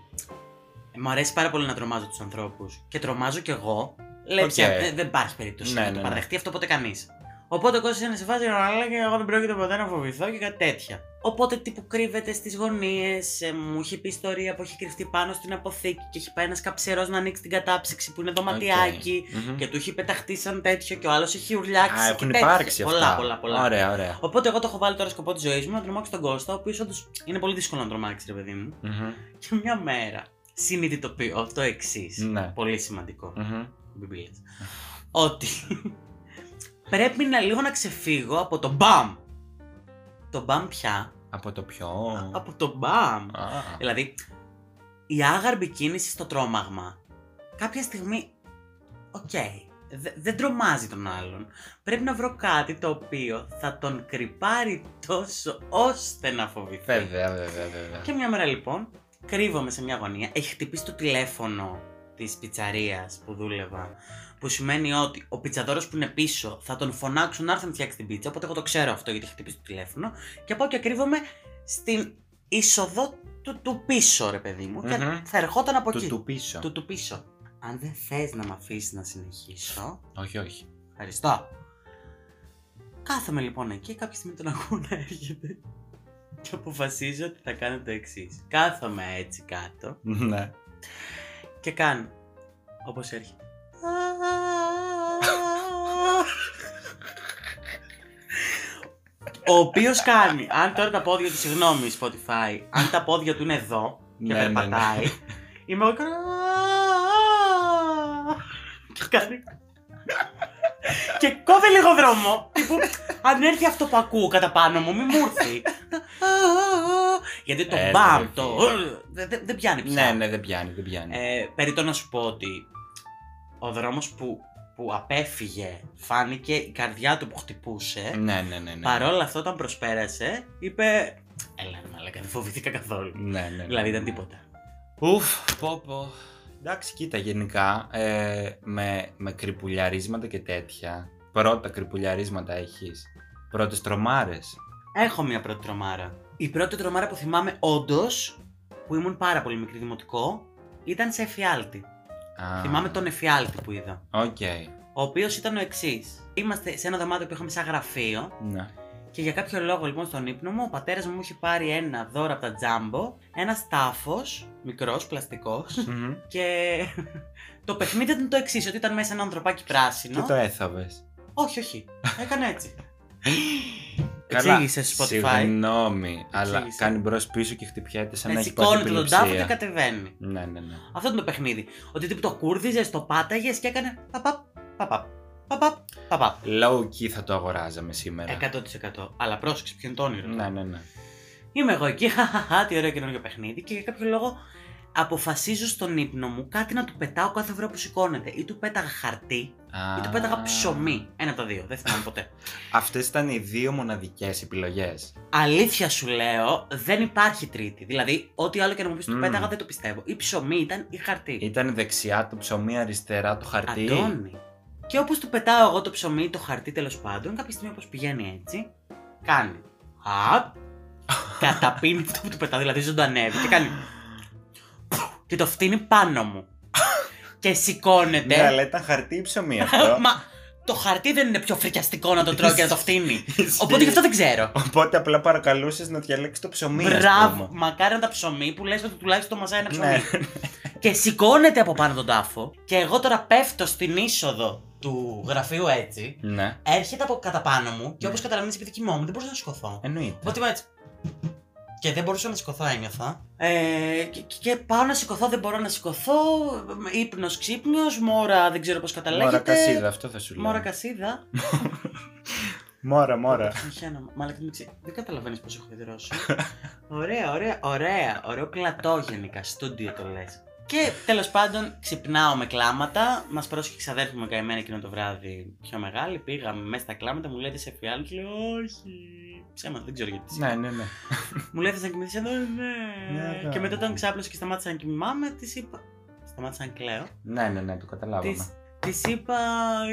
Speaker 2: Μου αρέσει πάρα πολύ να τρομάζω τους ανθρώπους και τρομάζω κι εγώ, λέει
Speaker 1: Οκ.
Speaker 2: «Πια, ε, δεν υπάρχει περίπτωση
Speaker 1: Ναι,
Speaker 2: να
Speaker 1: ναι,
Speaker 2: το
Speaker 1: ναι.
Speaker 2: παραδεχτεί αυτό ποτέ κανείς. Οπότε ο κόσμος είναι σε φάση αλλά και εγώ δεν πρόκειται ποτέ να φοβηθώ και κάτι τέτοια. Οπότε τι που κρύβεται στις γωνίες, μου έχει πει ιστορία που έχει κρυφτεί πάνω στην αποθήκη και έχει πάει ένας καψερός να ανοίξει την κατάψυξη που είναι δωματιάκι.
Speaker 1: Μμμ.
Speaker 2: Και του έχει πεταχτεί σαν τέτοιο και ο άλλος έχει ουρλιάξει.
Speaker 1: Α,
Speaker 2: και
Speaker 1: έχουν
Speaker 2: τέτοια.
Speaker 1: υπάρξει
Speaker 2: πολλά,
Speaker 1: αυτά.
Speaker 2: Πολλά, πολλά,
Speaker 1: Ωραία, ωραία.
Speaker 2: Οπότε εγώ το έχω βάλει τώρα σκοπό της ζωής μου να τρομάξω τον Κώστα, ο οποίος όντως είναι πολύ δύσκολο να τρομάξει, ρε παιδί μου.
Speaker 1: Μμμ.
Speaker 2: Και μια μέρα συνειδητοποιώ το εξής.
Speaker 1: Ναι.
Speaker 2: Πολύ σημαντικό.
Speaker 1: Μμμ.
Speaker 2: Μην πηγαίνεις. Ότι πρέπει να λίγο να ξεφύγω από το μπαμ. Το μπαμ πια.
Speaker 1: Από το πιο.
Speaker 2: Από το μπαμ.
Speaker 1: Α.
Speaker 2: Δηλαδή, η άγαρμη κίνηση στο τρόμαγμα κάποια στιγμή. Οκ. δε- δεν τρομάζει τον άλλον. Πρέπει να βρω κάτι το οποίο θα τον κρυπάρει τόσο ώστε να φοβηθεί.
Speaker 1: Βέβαια, βέβαια, βέβαια.
Speaker 2: Και μια μέρα λοιπόν, κρύβομαι σε μια γωνία. Έχει χτυπήσει το τηλέφωνο της πιτσαρίας που δούλευα. Που σημαίνει ότι ο πιτσαδόρος που είναι πίσω θα τον φωνάξουν να έρθει να φτιάξει την πίτσα. Οπότε εγώ το ξέρω αυτό γιατί έχει χτυπήσει το τηλέφωνο. Και πάω και κρύβομαι στην είσοδο του, του πίσω, ρε παιδί μου.
Speaker 1: Μμμ.
Speaker 2: Και θα ερχόταν από
Speaker 1: Του
Speaker 2: εκεί.
Speaker 1: του πίσω.
Speaker 2: Του, του πίσω. Αν δεν θες να με αφήσεις να συνεχίσω.
Speaker 1: Όχι, όχι.
Speaker 2: Ευχαριστώ. Κάθομαι λοιπόν εκεί, κάποια στιγμή τον ακούω να έρχεται και αποφασίζω ότι θα κάνω το εξής. Κάθομαι έτσι κάτω
Speaker 1: Ναι.
Speaker 2: και κάνω όπως έρχεται. Ο οποίος κάνει, αν τώρα τα πόδια του, συγγνώμη Spotify, αν τα πόδια του είναι εδώ
Speaker 1: Ναι,
Speaker 2: και
Speaker 1: ναι, ναι.
Speaker 2: περπατάει, είμαι εγώ και κάνω, και κάνει. και κόβει λίγο δρόμο. Τύπου, αν έρθει αυτό που ακούω κατά πάνω μου, μη μου έρθει. Γιατί το
Speaker 1: Ε,
Speaker 2: μπαμ,
Speaker 1: ρε,
Speaker 2: το.
Speaker 1: φίλε.
Speaker 2: δεν- δεν- Δεν πιάνει πια.
Speaker 1: Ναι, ναι, δεν πιάνει, δεν πιάνει.
Speaker 2: Ε, περίτω να σου πω ότι ο δρόμος που, που απέφυγε φάνηκε η καρδιά του που χτυπούσε.
Speaker 1: Ναι, ναι, ναι. ναι.
Speaker 2: Παρόλα αυτό όταν προσπέρασε είπε «Έλα ρε μαλάκα, δεν φοβηθήκα καθόλου».
Speaker 1: Ναι, ναι, ναι.
Speaker 2: Δηλαδή ήταν τίποτα.
Speaker 1: Ουφ, πω πω. Εντάξει, κοίτα, γενικά ε, με, με κρυπουλιαρίσματα και τέτοια. Πρώτα κρυπουλιαρίσματα έχεις. Πρώτες τρομάρες.
Speaker 2: Έχω μια πρώτη τρομάρα. Η πρώτη τρομάρα που θυμάμαι όντως, που ήμουν πάρα πολύ μικρή δημοτικό, ήταν σε εφιάλτη. Θυμάμαι τον εφιάλτη που είδα.
Speaker 1: Οκ.
Speaker 2: Ο οποίος ήταν ο εξής. Είμαστε σε ένα δωμάτιο που είχαμε σαν γραφείο
Speaker 1: Ναι.
Speaker 2: Και για κάποιο λόγο λοιπόν στον ύπνο μου, ο πατέρας μου μου είχε πάρει ένα δώρο από τα τζάμπο, ένα τάφο, μικρός, πλαστικός.
Speaker 1: Μμμ.
Speaker 2: και το παιχνίδι ήταν το εξής, ότι ήταν μέσα ένα ανθρωπάκι πράσινο.
Speaker 1: Και το έθαβες.
Speaker 2: Όχι, όχι. Έκανε έτσι. Εξήγησε Spotify.
Speaker 1: Συγγνώμη, αλλά
Speaker 2: Εξήγησε.
Speaker 1: κάνει μπρος πίσω και χτυπιέται σαν να
Speaker 2: Ναι,
Speaker 1: έχει πάθει
Speaker 2: σηκώνει τον τάφο και
Speaker 1: επιληψία.
Speaker 2: κατεβαίνει.
Speaker 1: Ναι, ναι, ναι.
Speaker 2: Αυτό ήταν το παιχνίδι. Ότι τύπου το κούρδιζες, το πάταγες και έκανε. Παπαπ, παπαπ, παπαπ, παπαπ.
Speaker 1: Low key θα το αγοράζαμε σήμερα.
Speaker 2: 100%. Αλλά πρόσεξε ποιο είναι το όνειρο.
Speaker 1: Ναι, ναι, ναι.
Speaker 2: Είμαι εγώ εκεί, χαχαχά, τι ωραίο καινούργιο παιχνίδι και για κάποιο λόγο αποφασίζω στον ύπνο μου κάτι να του πετάω κάθε φορά που σηκώνεται. Ή του πέταγα χαρτί, ή του πέταγα ψωμί. Ένα από τα δύο, δεν θυμάμαι ποτέ.
Speaker 1: Αυτές ήταν οι δύο μοναδικές επιλογές.
Speaker 2: Αλήθεια σου λέω, δεν υπάρχει τρίτη. Δηλαδή, ό,τι άλλο και να μου πεις του
Speaker 1: Μμμ.
Speaker 2: πέταγα δεν το πιστεύω. Ή ψωμί ήταν ή χαρτί.
Speaker 1: Ήταν δεξιά το ψωμί, αριστερά το χαρτί.
Speaker 2: Αντώνη. Και όπως του πετάω εγώ το ψωμί ή το χαρτί τέλος πάντων, κάποια στιγμή όπως πηγαίνει έτσι, κάνει. Απ. Καταπίνει αυτό που του πετάω, δηλαδή ζωντανεύει και κάνει. και το φτύνει πάνω μου. και σηκώνεται.
Speaker 1: Ναι, αλλά ήταν χαρτί ή ψωμί αυτό.
Speaker 2: Μα το χαρτί δεν είναι πιο φρικιαστικό να το τρώει και να το φτύνει.
Speaker 1: Ισχύει.
Speaker 2: Οπότε γι' αυτό δεν ξέρω.
Speaker 1: Οπότε απλά παρακαλούσες να διαλέξεις το ψωμί. ας
Speaker 2: Μπράβο,
Speaker 1: πούμε.
Speaker 2: μακάρι να τα ψωμί που λες ότι τουλάχιστον μαζάει ένα ψωμί.
Speaker 1: Ναι.
Speaker 2: Και σηκώνεται από πάνω τον τάφο και εγώ τώρα πέφτω στην είσοδο του γραφείου έτσι.
Speaker 1: Ναι,
Speaker 2: έρχεται από κατά πάνω μου και
Speaker 1: Ναι.
Speaker 2: όπως καταλαβαίνεις, επειδή κοιμόμουν, δεν μπορούσα να σηκωθώ.
Speaker 1: εννοείται.
Speaker 2: Οπότε είμαι έτσι. Και δεν μπορούσα να σηκωθώ, ένιωθα. Ε, και, και- και πάω να σηκωθώ, δεν μπορώ να σηκωθώ. ύπνο, ξύπνιος, μόρα, δεν ξέρω πώς καταλαβαίνετε.
Speaker 1: Μόρα κασίδα, αυτό θα σου λέω.
Speaker 2: Μόρα κασίδα.
Speaker 1: Μόρα, μόρα.
Speaker 2: Συγχαίρω, μάλλον δεν, ξε- δεν καταλαβαίνεις πώς έχω ιδρώσει. ωραία, ωραία, ωραία. Ωραίο πλατό γενικά. Στούντιο το λες. Και τέλος πάντων ξυπνάω με κλάματα. Μας πρόσεχε η ξαδέρφη μου καημένα εκείνο το βράδυ πιο μεγάλη. Πήγαμε μέσα στα κλάματα, μου λέει σε φιάλτη. Λέω όχι. Ψέματα, δεν ξέρω γιατί. της
Speaker 1: ναι, ναι, ναι.
Speaker 2: μου λέει θα κοιμηθείς εδώ, ναι.
Speaker 1: Ναι, ναι.
Speaker 2: και μετά όταν ξάπλωσε και σταμάτησα να κοιμάμαι, της είπα. Σταμάτησα να κλαίω.
Speaker 1: Ναι, ναι, ναι, το
Speaker 2: Της,
Speaker 1: καταλάβαμε.
Speaker 2: της είπα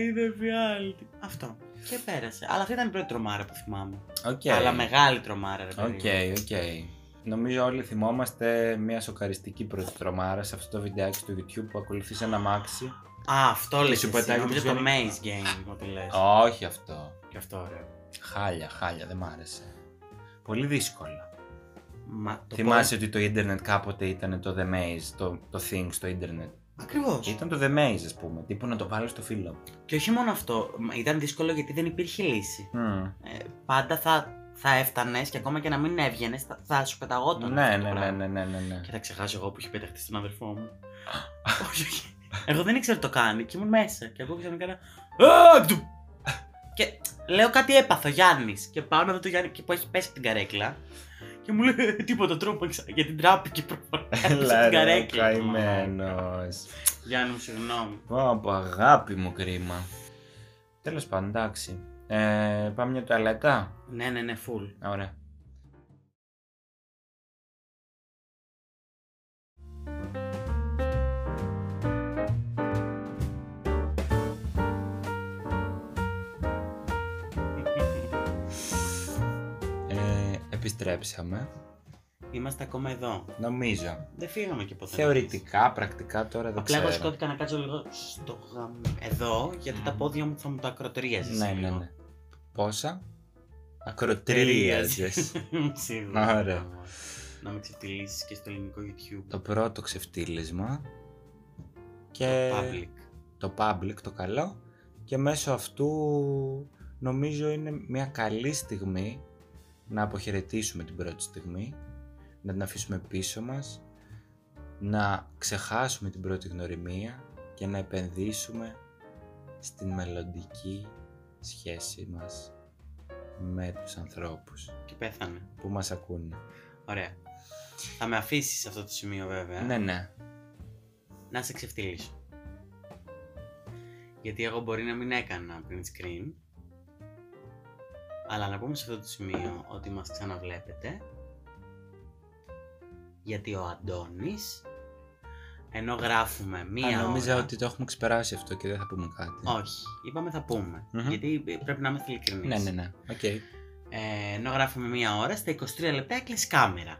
Speaker 2: είδε φιάλτη. Αυτό. Και πέρασε. Αλλά αυτή ήταν η πρώτη τρομάρα που θυμάμαι.
Speaker 1: Οκ.
Speaker 2: Αλλά μεγάλη τρομάρα, ρε παιδί.
Speaker 1: Οκ, οκ. Νομίζω όλοι θυμόμαστε μια σοκαριστική πρώτη τρομάρα σε αυτό το βιντεάκι στο YouTube που ακολουθείς σε ένα μάξι.
Speaker 2: Α, αυτό λες
Speaker 1: σου
Speaker 2: εσύ,
Speaker 1: πετάει
Speaker 2: νομίζω
Speaker 1: το
Speaker 2: το
Speaker 1: μηχανή.
Speaker 2: Maze Game μου τη λες.
Speaker 1: Όχι αυτό.
Speaker 2: Και αυτό ωραίο.
Speaker 1: Χάλια, χάλια, δεν μ' άρεσε. Πολύ δύσκολο.
Speaker 2: Μα, το
Speaker 1: Θυμάσαι ότι το ίντερνετ κάποτε ήταν το The Maze, το, το thing στο ίντερνετ.
Speaker 2: Πώς... Ακριβώς.
Speaker 1: Ήταν το The Maze, ας πούμε. Τύπου να το βάλω στο φίλο μου.
Speaker 2: Και όχι μόνο αυτό, μ, ήταν δύσκολο γιατί δεν υπήρχε λύση.
Speaker 1: Μμμ.
Speaker 2: Ε, πάντα θα, θα έφτανες και ακόμα και να μην έβγαινες θα, θα σου πεταγόταν.
Speaker 1: Ναι,
Speaker 2: αυτό το
Speaker 1: ναι, ναι,
Speaker 2: πράγμα.
Speaker 1: ναι, ναι, ναι, ναι.
Speaker 2: Και θα ξεχάσω εγώ που είχε πεταχτεί στον αδερφό μου. όχι, όχι. Εγώ δεν ήξερα τι το κάνει και ήμουν μέσα. Και ακούω ξανά κάνα. «Α, ντου». Και λέω κάτι έπαθο, Γιάννης. Και πάω να δω το Γιάννη και που έχει πέσει από την καρέκλα. Και μου λέει «Ε, τίποτα τρόμαξα. Γιατί τράπηκε προφανώς.
Speaker 1: Έλα,
Speaker 2: την
Speaker 1: ρε,
Speaker 2: καρέκλα.
Speaker 1: καημένος.
Speaker 2: Γιάννη μου, συγγνώμη.
Speaker 1: Πω, πω, αγάπη μου, κρίμα. Τέλος πάντων, εντάξει. Ε, πάμε μια τουαλέτα.
Speaker 2: Ναι, ναι, ναι, full.
Speaker 1: Ωραία. Ε, επιστρέψαμε.
Speaker 2: Είμαστε ακόμα εδώ.
Speaker 1: Νομίζω.
Speaker 2: Δεν φύγαμε και ποτέ.
Speaker 1: Θεωρητικά, πρακτικά τώρα δεν
Speaker 2: Απλά εγώ
Speaker 1: ξέρω.
Speaker 2: σηκώθηκα να κάτσω λίγο στο γαμ... εδώ, γιατί τα πόδια μου θα μου τα ακροτηρίαζες.
Speaker 1: Ναι, ναι, ναι. Πόσα? Ακροτρίαζες.
Speaker 2: Σίγουρα.
Speaker 1: Ωραία.
Speaker 2: Να με ξεφτυλίσεις και στο ελληνικό YouTube.
Speaker 1: το πρώτο ξεφτύλισμα
Speaker 2: Το
Speaker 1: και
Speaker 2: public.
Speaker 1: το public το καλό και μέσω αυτού νομίζω είναι μια καλή στιγμή να αποχαιρετήσουμε την πρώτη στιγμή να την αφήσουμε πίσω μας να ξεχάσουμε την πρώτη γνωριμία και να επενδύσουμε στην μελλοντική σχέση μας με τους ανθρώπους
Speaker 2: Και πέθανε.
Speaker 1: που μας ακούνε.
Speaker 2: Ωραία. Θα με αφήσεις σε αυτό το σημείο βέβαια.
Speaker 1: Ναι, ναι.
Speaker 2: Να σε ξεφτυλίσω. Γιατί εγώ μπορεί να μην έκανα print screen. Αλλά να πούμε σε αυτό το σημείο ότι μας ξαναβλέπετε. Γιατί ο Αντώνης, ενώ γράφουμε μία
Speaker 1: Α, νόμιζα
Speaker 2: ώρα...
Speaker 1: ότι το έχουμε ξεπεράσει αυτό και δεν θα πούμε κάτι.
Speaker 2: Όχι, είπαμε θα πούμε.
Speaker 1: Μμμ.
Speaker 2: Γιατί πρέπει να είμαστε ειλικρινείς.
Speaker 1: Ναι, ναι, ναι. Οκ.
Speaker 2: Ε, ενώ γράφουμε μία ώρα, στα 23 λεπτά έκλεισε κάμερα.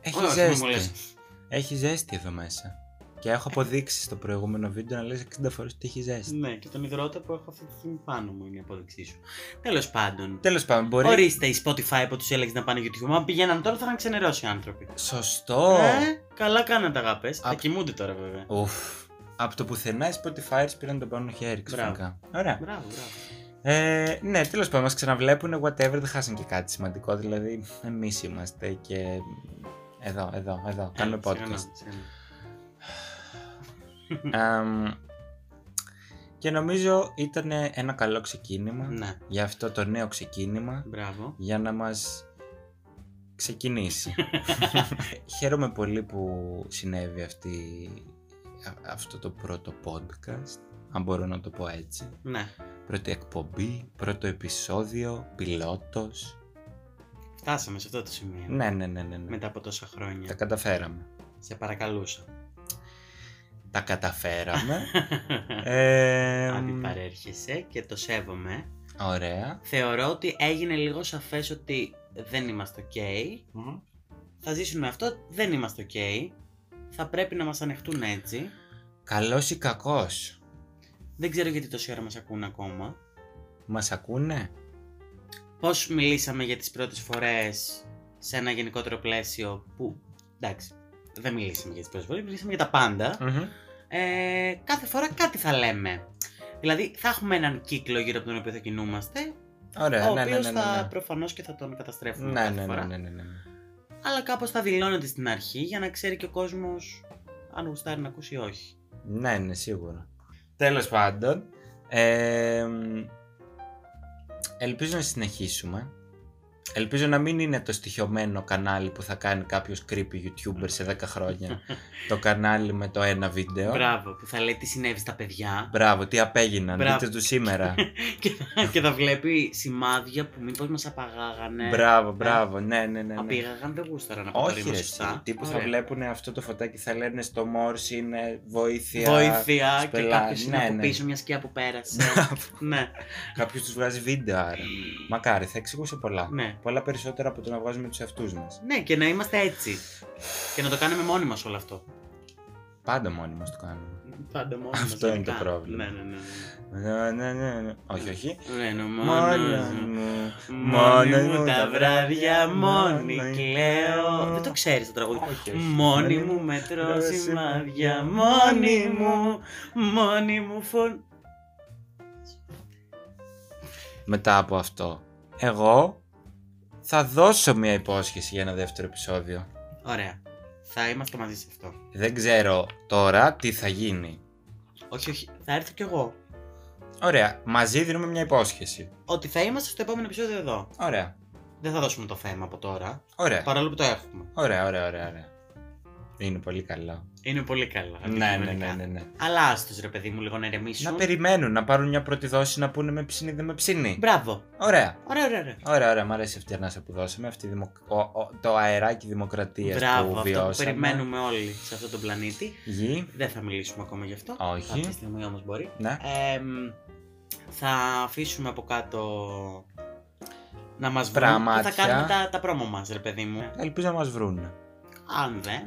Speaker 1: Έχει
Speaker 2: Ωραία, ας πούμε,
Speaker 1: ζέστη.
Speaker 2: λες,
Speaker 1: Έχει ζέστη εδώ μέσα. Και έχω αποδείξεις στο προηγούμενο βίντεο να λες 60 φορές ότι έχει ζέστη.
Speaker 2: Ναι, και τον υδρότα που έχω αυτή τη στιγμή πάνω μου είναι η απόδειξή σου. Τέλος πάντων.
Speaker 1: Τέλος πάντων, μπορεί...
Speaker 2: Ορίστε οι Spotify που του έλεγε να πάνε YouTube. Αν πηγαίναν τώρα θα είχαν ξενερώσει οι άνθρωποι.
Speaker 1: Σωστό!
Speaker 2: Ε, καλά κάνατε αγάπε. Θα
Speaker 1: Απ-
Speaker 2: κοιμούνται τώρα βέβαια.
Speaker 1: Ουφ. Από το πουθενά οι Spotify πήραν τον πάνω χέρι ξαφνικά. Ωραία.
Speaker 2: Μπράβο, μπράβο.
Speaker 1: Ε, ναι, τέλος πάντων, μας ξαναβλέπουν. Whatever, δεν χάσαν και κάτι σημαντικό. Δηλαδή, εμείς είμαστε και. Εδώ, εδώ, εδώ.
Speaker 2: Ε,
Speaker 1: Κάνουμε podcast. Αμ, και νομίζω ήταν ένα καλό ξεκίνημα
Speaker 2: Ναι,
Speaker 1: για αυτό το νέο ξεκίνημα
Speaker 2: μπράβο.
Speaker 1: για να μας ξεκινήσει. Χαίρομαι πολύ που συνέβη αυτή, α- αυτό το πρώτο podcast, αν μπορώ να το πω έτσι.
Speaker 2: Ναι,
Speaker 1: Πρώτη εκπομπή, πρώτο επεισόδιο, πιλότος.
Speaker 2: φτάσαμε σε αυτό το σημείο.
Speaker 1: Ναι, ναι, ναι, ναι. ναι.
Speaker 2: Μετά από τόσα χρόνια.
Speaker 1: Τα καταφέραμε.
Speaker 2: Σε παρακαλούσα.
Speaker 1: Τα καταφέραμε. ε,
Speaker 2: Αντιπαρέρχεσαι και το σέβομαι.
Speaker 1: ωραία.
Speaker 2: Θεωρώ ότι έγινε λίγο σαφές ότι δεν είμαστε ok. Θα ζήσουμε αυτό, δεν είμαστε ok. Θα πρέπει να μας ανεχτούν έτσι.
Speaker 1: Καλός ή κακός.
Speaker 2: Δεν ξέρω γιατί τόση ώρα μας ακούν ακόμα.
Speaker 1: Μας ακούνε.
Speaker 2: Πώς μιλήσαμε για τις πρώτες φορές σε ένα γενικότερο πλαίσιο που... Εντάξει, δεν μιλήσαμε για τις πρώτες φορές, μιλήσαμε για τα πάντα.
Speaker 1: Μμμ.
Speaker 2: Ε, κάθε φορά κάτι θα λέμε. Δηλαδή θα έχουμε έναν κύκλο γύρω από τον οποίο θα κινούμαστε,
Speaker 1: Ωραία,
Speaker 2: ο
Speaker 1: ναι, ναι,
Speaker 2: οποίος
Speaker 1: ναι, ναι,
Speaker 2: θα
Speaker 1: ναι.
Speaker 2: προφανώς και θα τον καταστρέφουμε
Speaker 1: Ναι,
Speaker 2: κάθε
Speaker 1: ναι,
Speaker 2: φορά.
Speaker 1: ναι, ναι, ναι, ναι.
Speaker 2: Αλλά κάπως θα δηλώνεται στην αρχή για να ξέρει και ο κόσμος αν γουστάρει να ακούσει ή όχι.
Speaker 1: Ναι, ναι, σίγουρα. Τέλος πάντων, ε, ελπίζω να συνεχίσουμε. Ελπίζω να μην είναι το στοιχειωμένο κανάλι που θα κάνει κάποιος creepy youtuber σε 10 χρόνια. το κανάλι με το ένα βίντεο.
Speaker 2: Μπράβο, που θα λέει τι συνέβη στα παιδιά
Speaker 1: Μπράβο, τι απέγιναν,
Speaker 2: Μπράβο.
Speaker 1: δείτε τους σήμερα.
Speaker 2: και, θα- και θα βλέπει σημάδια που μήπως μας απαγάγανε.
Speaker 1: μπράβο, μπράβο, ναι, ναι, ναι. ναι.
Speaker 2: Απήγαγαν, δεν γούσταρα να
Speaker 1: Όχι
Speaker 2: πατρίμουν
Speaker 1: ρε,
Speaker 2: σωστά.
Speaker 1: τύπους θα
Speaker 2: Ωραία.
Speaker 1: βλέπουν αυτό το φωτάκι θα λένε στο Morse είναι βοήθεια.
Speaker 2: Βοήθεια και
Speaker 1: σπελά,
Speaker 2: κάποιος είναι
Speaker 1: ναι,
Speaker 2: από
Speaker 1: ναι.
Speaker 2: πίσω μια σκιά που πέρασε. ναι,
Speaker 1: Κάποιος τους βγάζει βίντεο άρα. Μακάρι, θα εξηγούσε πολλά.
Speaker 2: ναι.
Speaker 1: πολλά περισσότερα από το να βγάζουμε τους εαυτούς μας.
Speaker 2: Ναι, και να είμαστε έτσι. Και να το κάνουμε μόνοι μας όλο αυτό.
Speaker 1: Πάντα μόνοι μας το κάνουμε.
Speaker 2: Πάντα μόνοι μας.
Speaker 1: Αυτό είναι
Speaker 2: γενικά.
Speaker 1: το πρόβλημα.
Speaker 2: Ναι, ναι, ναι.
Speaker 1: Ναι, ναι, ναι, ναι. Όχι, όχι.
Speaker 2: Ναι, ναι,
Speaker 1: Μόνος
Speaker 2: μόνος μου.
Speaker 1: μου.
Speaker 2: Μόνη μου τα βράδια,
Speaker 1: μόνη
Speaker 2: μόνη κλαίω.
Speaker 1: κλαίω.
Speaker 2: Δεν το ξέρεις το τραγούδι.
Speaker 1: Όχι, όχι.
Speaker 2: Μόνη μου
Speaker 1: Μετρώ
Speaker 2: μετρώ
Speaker 1: σημάδια,
Speaker 2: σημάδια, μόνη μου, μόνη μου φων...
Speaker 1: Μετά από αυτό, εγώ θα δώσω μια υπόσχεση για ένα δεύτερο επεισόδιο.
Speaker 2: Ωραία. Θα είμαστε μαζί σε αυτό.
Speaker 1: Δεν ξέρω τώρα τι θα γίνει.
Speaker 2: Όχι, όχι. Θα έρθω κι εγώ.
Speaker 1: Ωραία, μαζί δίνουμε μια υπόσχεση.
Speaker 2: Ότι θα είμαστε στο επόμενο επεισόδιο εδώ.
Speaker 1: Ωραία,
Speaker 2: Δεν θα δώσουμε το θέμα από τώρα.
Speaker 1: ωραία,
Speaker 2: Παρόλο που το έχουμε.
Speaker 1: ωραία, ωραία, ωραία. ωραία. Είναι πολύ καλό.
Speaker 2: Είναι πολύ καλά.
Speaker 1: Ναι, ναι,
Speaker 2: αντικειμενικά.
Speaker 1: ναι, ναι. ναι.
Speaker 2: Αλλά άστος ρε παιδί μου λίγο να ηρεμήσουν.
Speaker 1: Να περιμένουν, να πάρουν μια πρώτη δόση, να πούνε με ψήνει, δεν με ψήνει.
Speaker 2: Μπράβο.
Speaker 1: Ωραία.
Speaker 2: Ωραία, ωραία, ωραία.
Speaker 1: Ωραία, ωραία, μου αρέσει αυτή η ανάσα που δώσαμε, αυτή η δημο... ο, ο- το αεράκι δημοκρατίας
Speaker 2: Μπράβο,
Speaker 1: που
Speaker 2: αυτό
Speaker 1: βιώσαμε.
Speaker 2: που περιμένουμε όλοι σε αυτόν τον πλανήτη.
Speaker 1: Γη,
Speaker 2: Δεν θα μιλήσουμε ακόμα γι' αυτό.
Speaker 1: Όχι.
Speaker 2: Αυτή τη στιγμή όμως μπορεί.
Speaker 1: ναι.
Speaker 2: Εμ, θα αφήσουμε από κάτω να μας βρουν και
Speaker 1: Πραμάτια.
Speaker 2: θα κάνουμε τα, τα πρόμο μας ρε παιδί μου.
Speaker 1: Ελπίζω να μας βρουν.
Speaker 2: Αν δεν,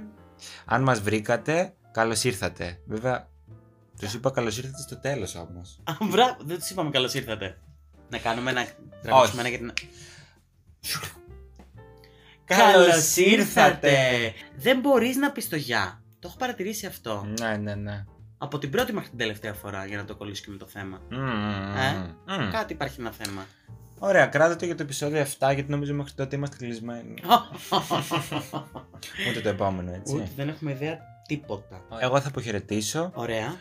Speaker 1: Αν μας βρήκατε, καλώς ήρθατε. Βέβαια, τους είπα καλώς ήρθατε στο τέλος όμως.
Speaker 2: Α, Μπράβο, δεν τους είπαμε καλώς ήρθατε. Να κάνουμε ένα. τραβήξουμε ένα για την. Καλώς Δεν μπορείς να πεις το γεια. Το έχω παρατηρήσει αυτό.
Speaker 1: Ναι, ναι, ναι.
Speaker 2: Από την πρώτη μέχρι την τελευταία φορά για να το κολλήσω και με το θέμα.
Speaker 1: Μμμ.
Speaker 2: Ε,
Speaker 1: Μμμ.
Speaker 2: Κάτι υπάρχει ένα θέμα.
Speaker 1: Ωραία, κράτα το για το επεισόδιο 7, γιατί νομίζω μέχρι τότε είμαστε κλεισμένοι. Ούτε το επόμενο,
Speaker 2: Ούτε
Speaker 1: έτσι.
Speaker 2: δεν έχουμε ιδέα τίποτα.
Speaker 1: Εγώ θα αποχαιρετήσω.
Speaker 2: Ωραία.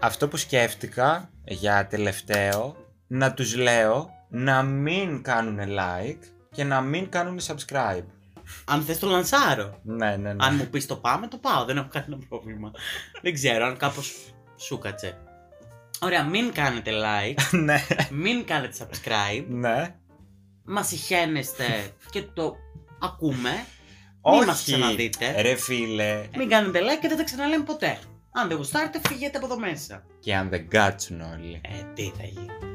Speaker 1: Αυτό που σκέφτηκα για τελευταίο, να τους λέω να μην κάνουν like και να μην κάνουν subscribe.
Speaker 2: Αν θες το λανσάρω.
Speaker 1: Ναι, ναι, ναι.
Speaker 2: αν μου πεις το πάμε, το πάω. Δεν έχω κανένα πρόβλημα. δεν ξέρω αν κάπως σου κάτσε. Ωραία, μην κάνετε like,
Speaker 1: ναι,
Speaker 2: μην κάνετε subscribe.
Speaker 1: ναι.
Speaker 2: Μας συχαίνεστε και το ακούμε. Μην μας
Speaker 1: Όχι,
Speaker 2: ξαναδείτε.
Speaker 1: ρε φίλε.
Speaker 2: Μην κάνετε like και δεν τα ξαναλέμε ποτέ. Αν δεν γουστάρετε, φύγετε από εδώ μέσα.
Speaker 1: Και αν δεν κάτσουν όλοι.
Speaker 2: Ε, τι θα γίνει.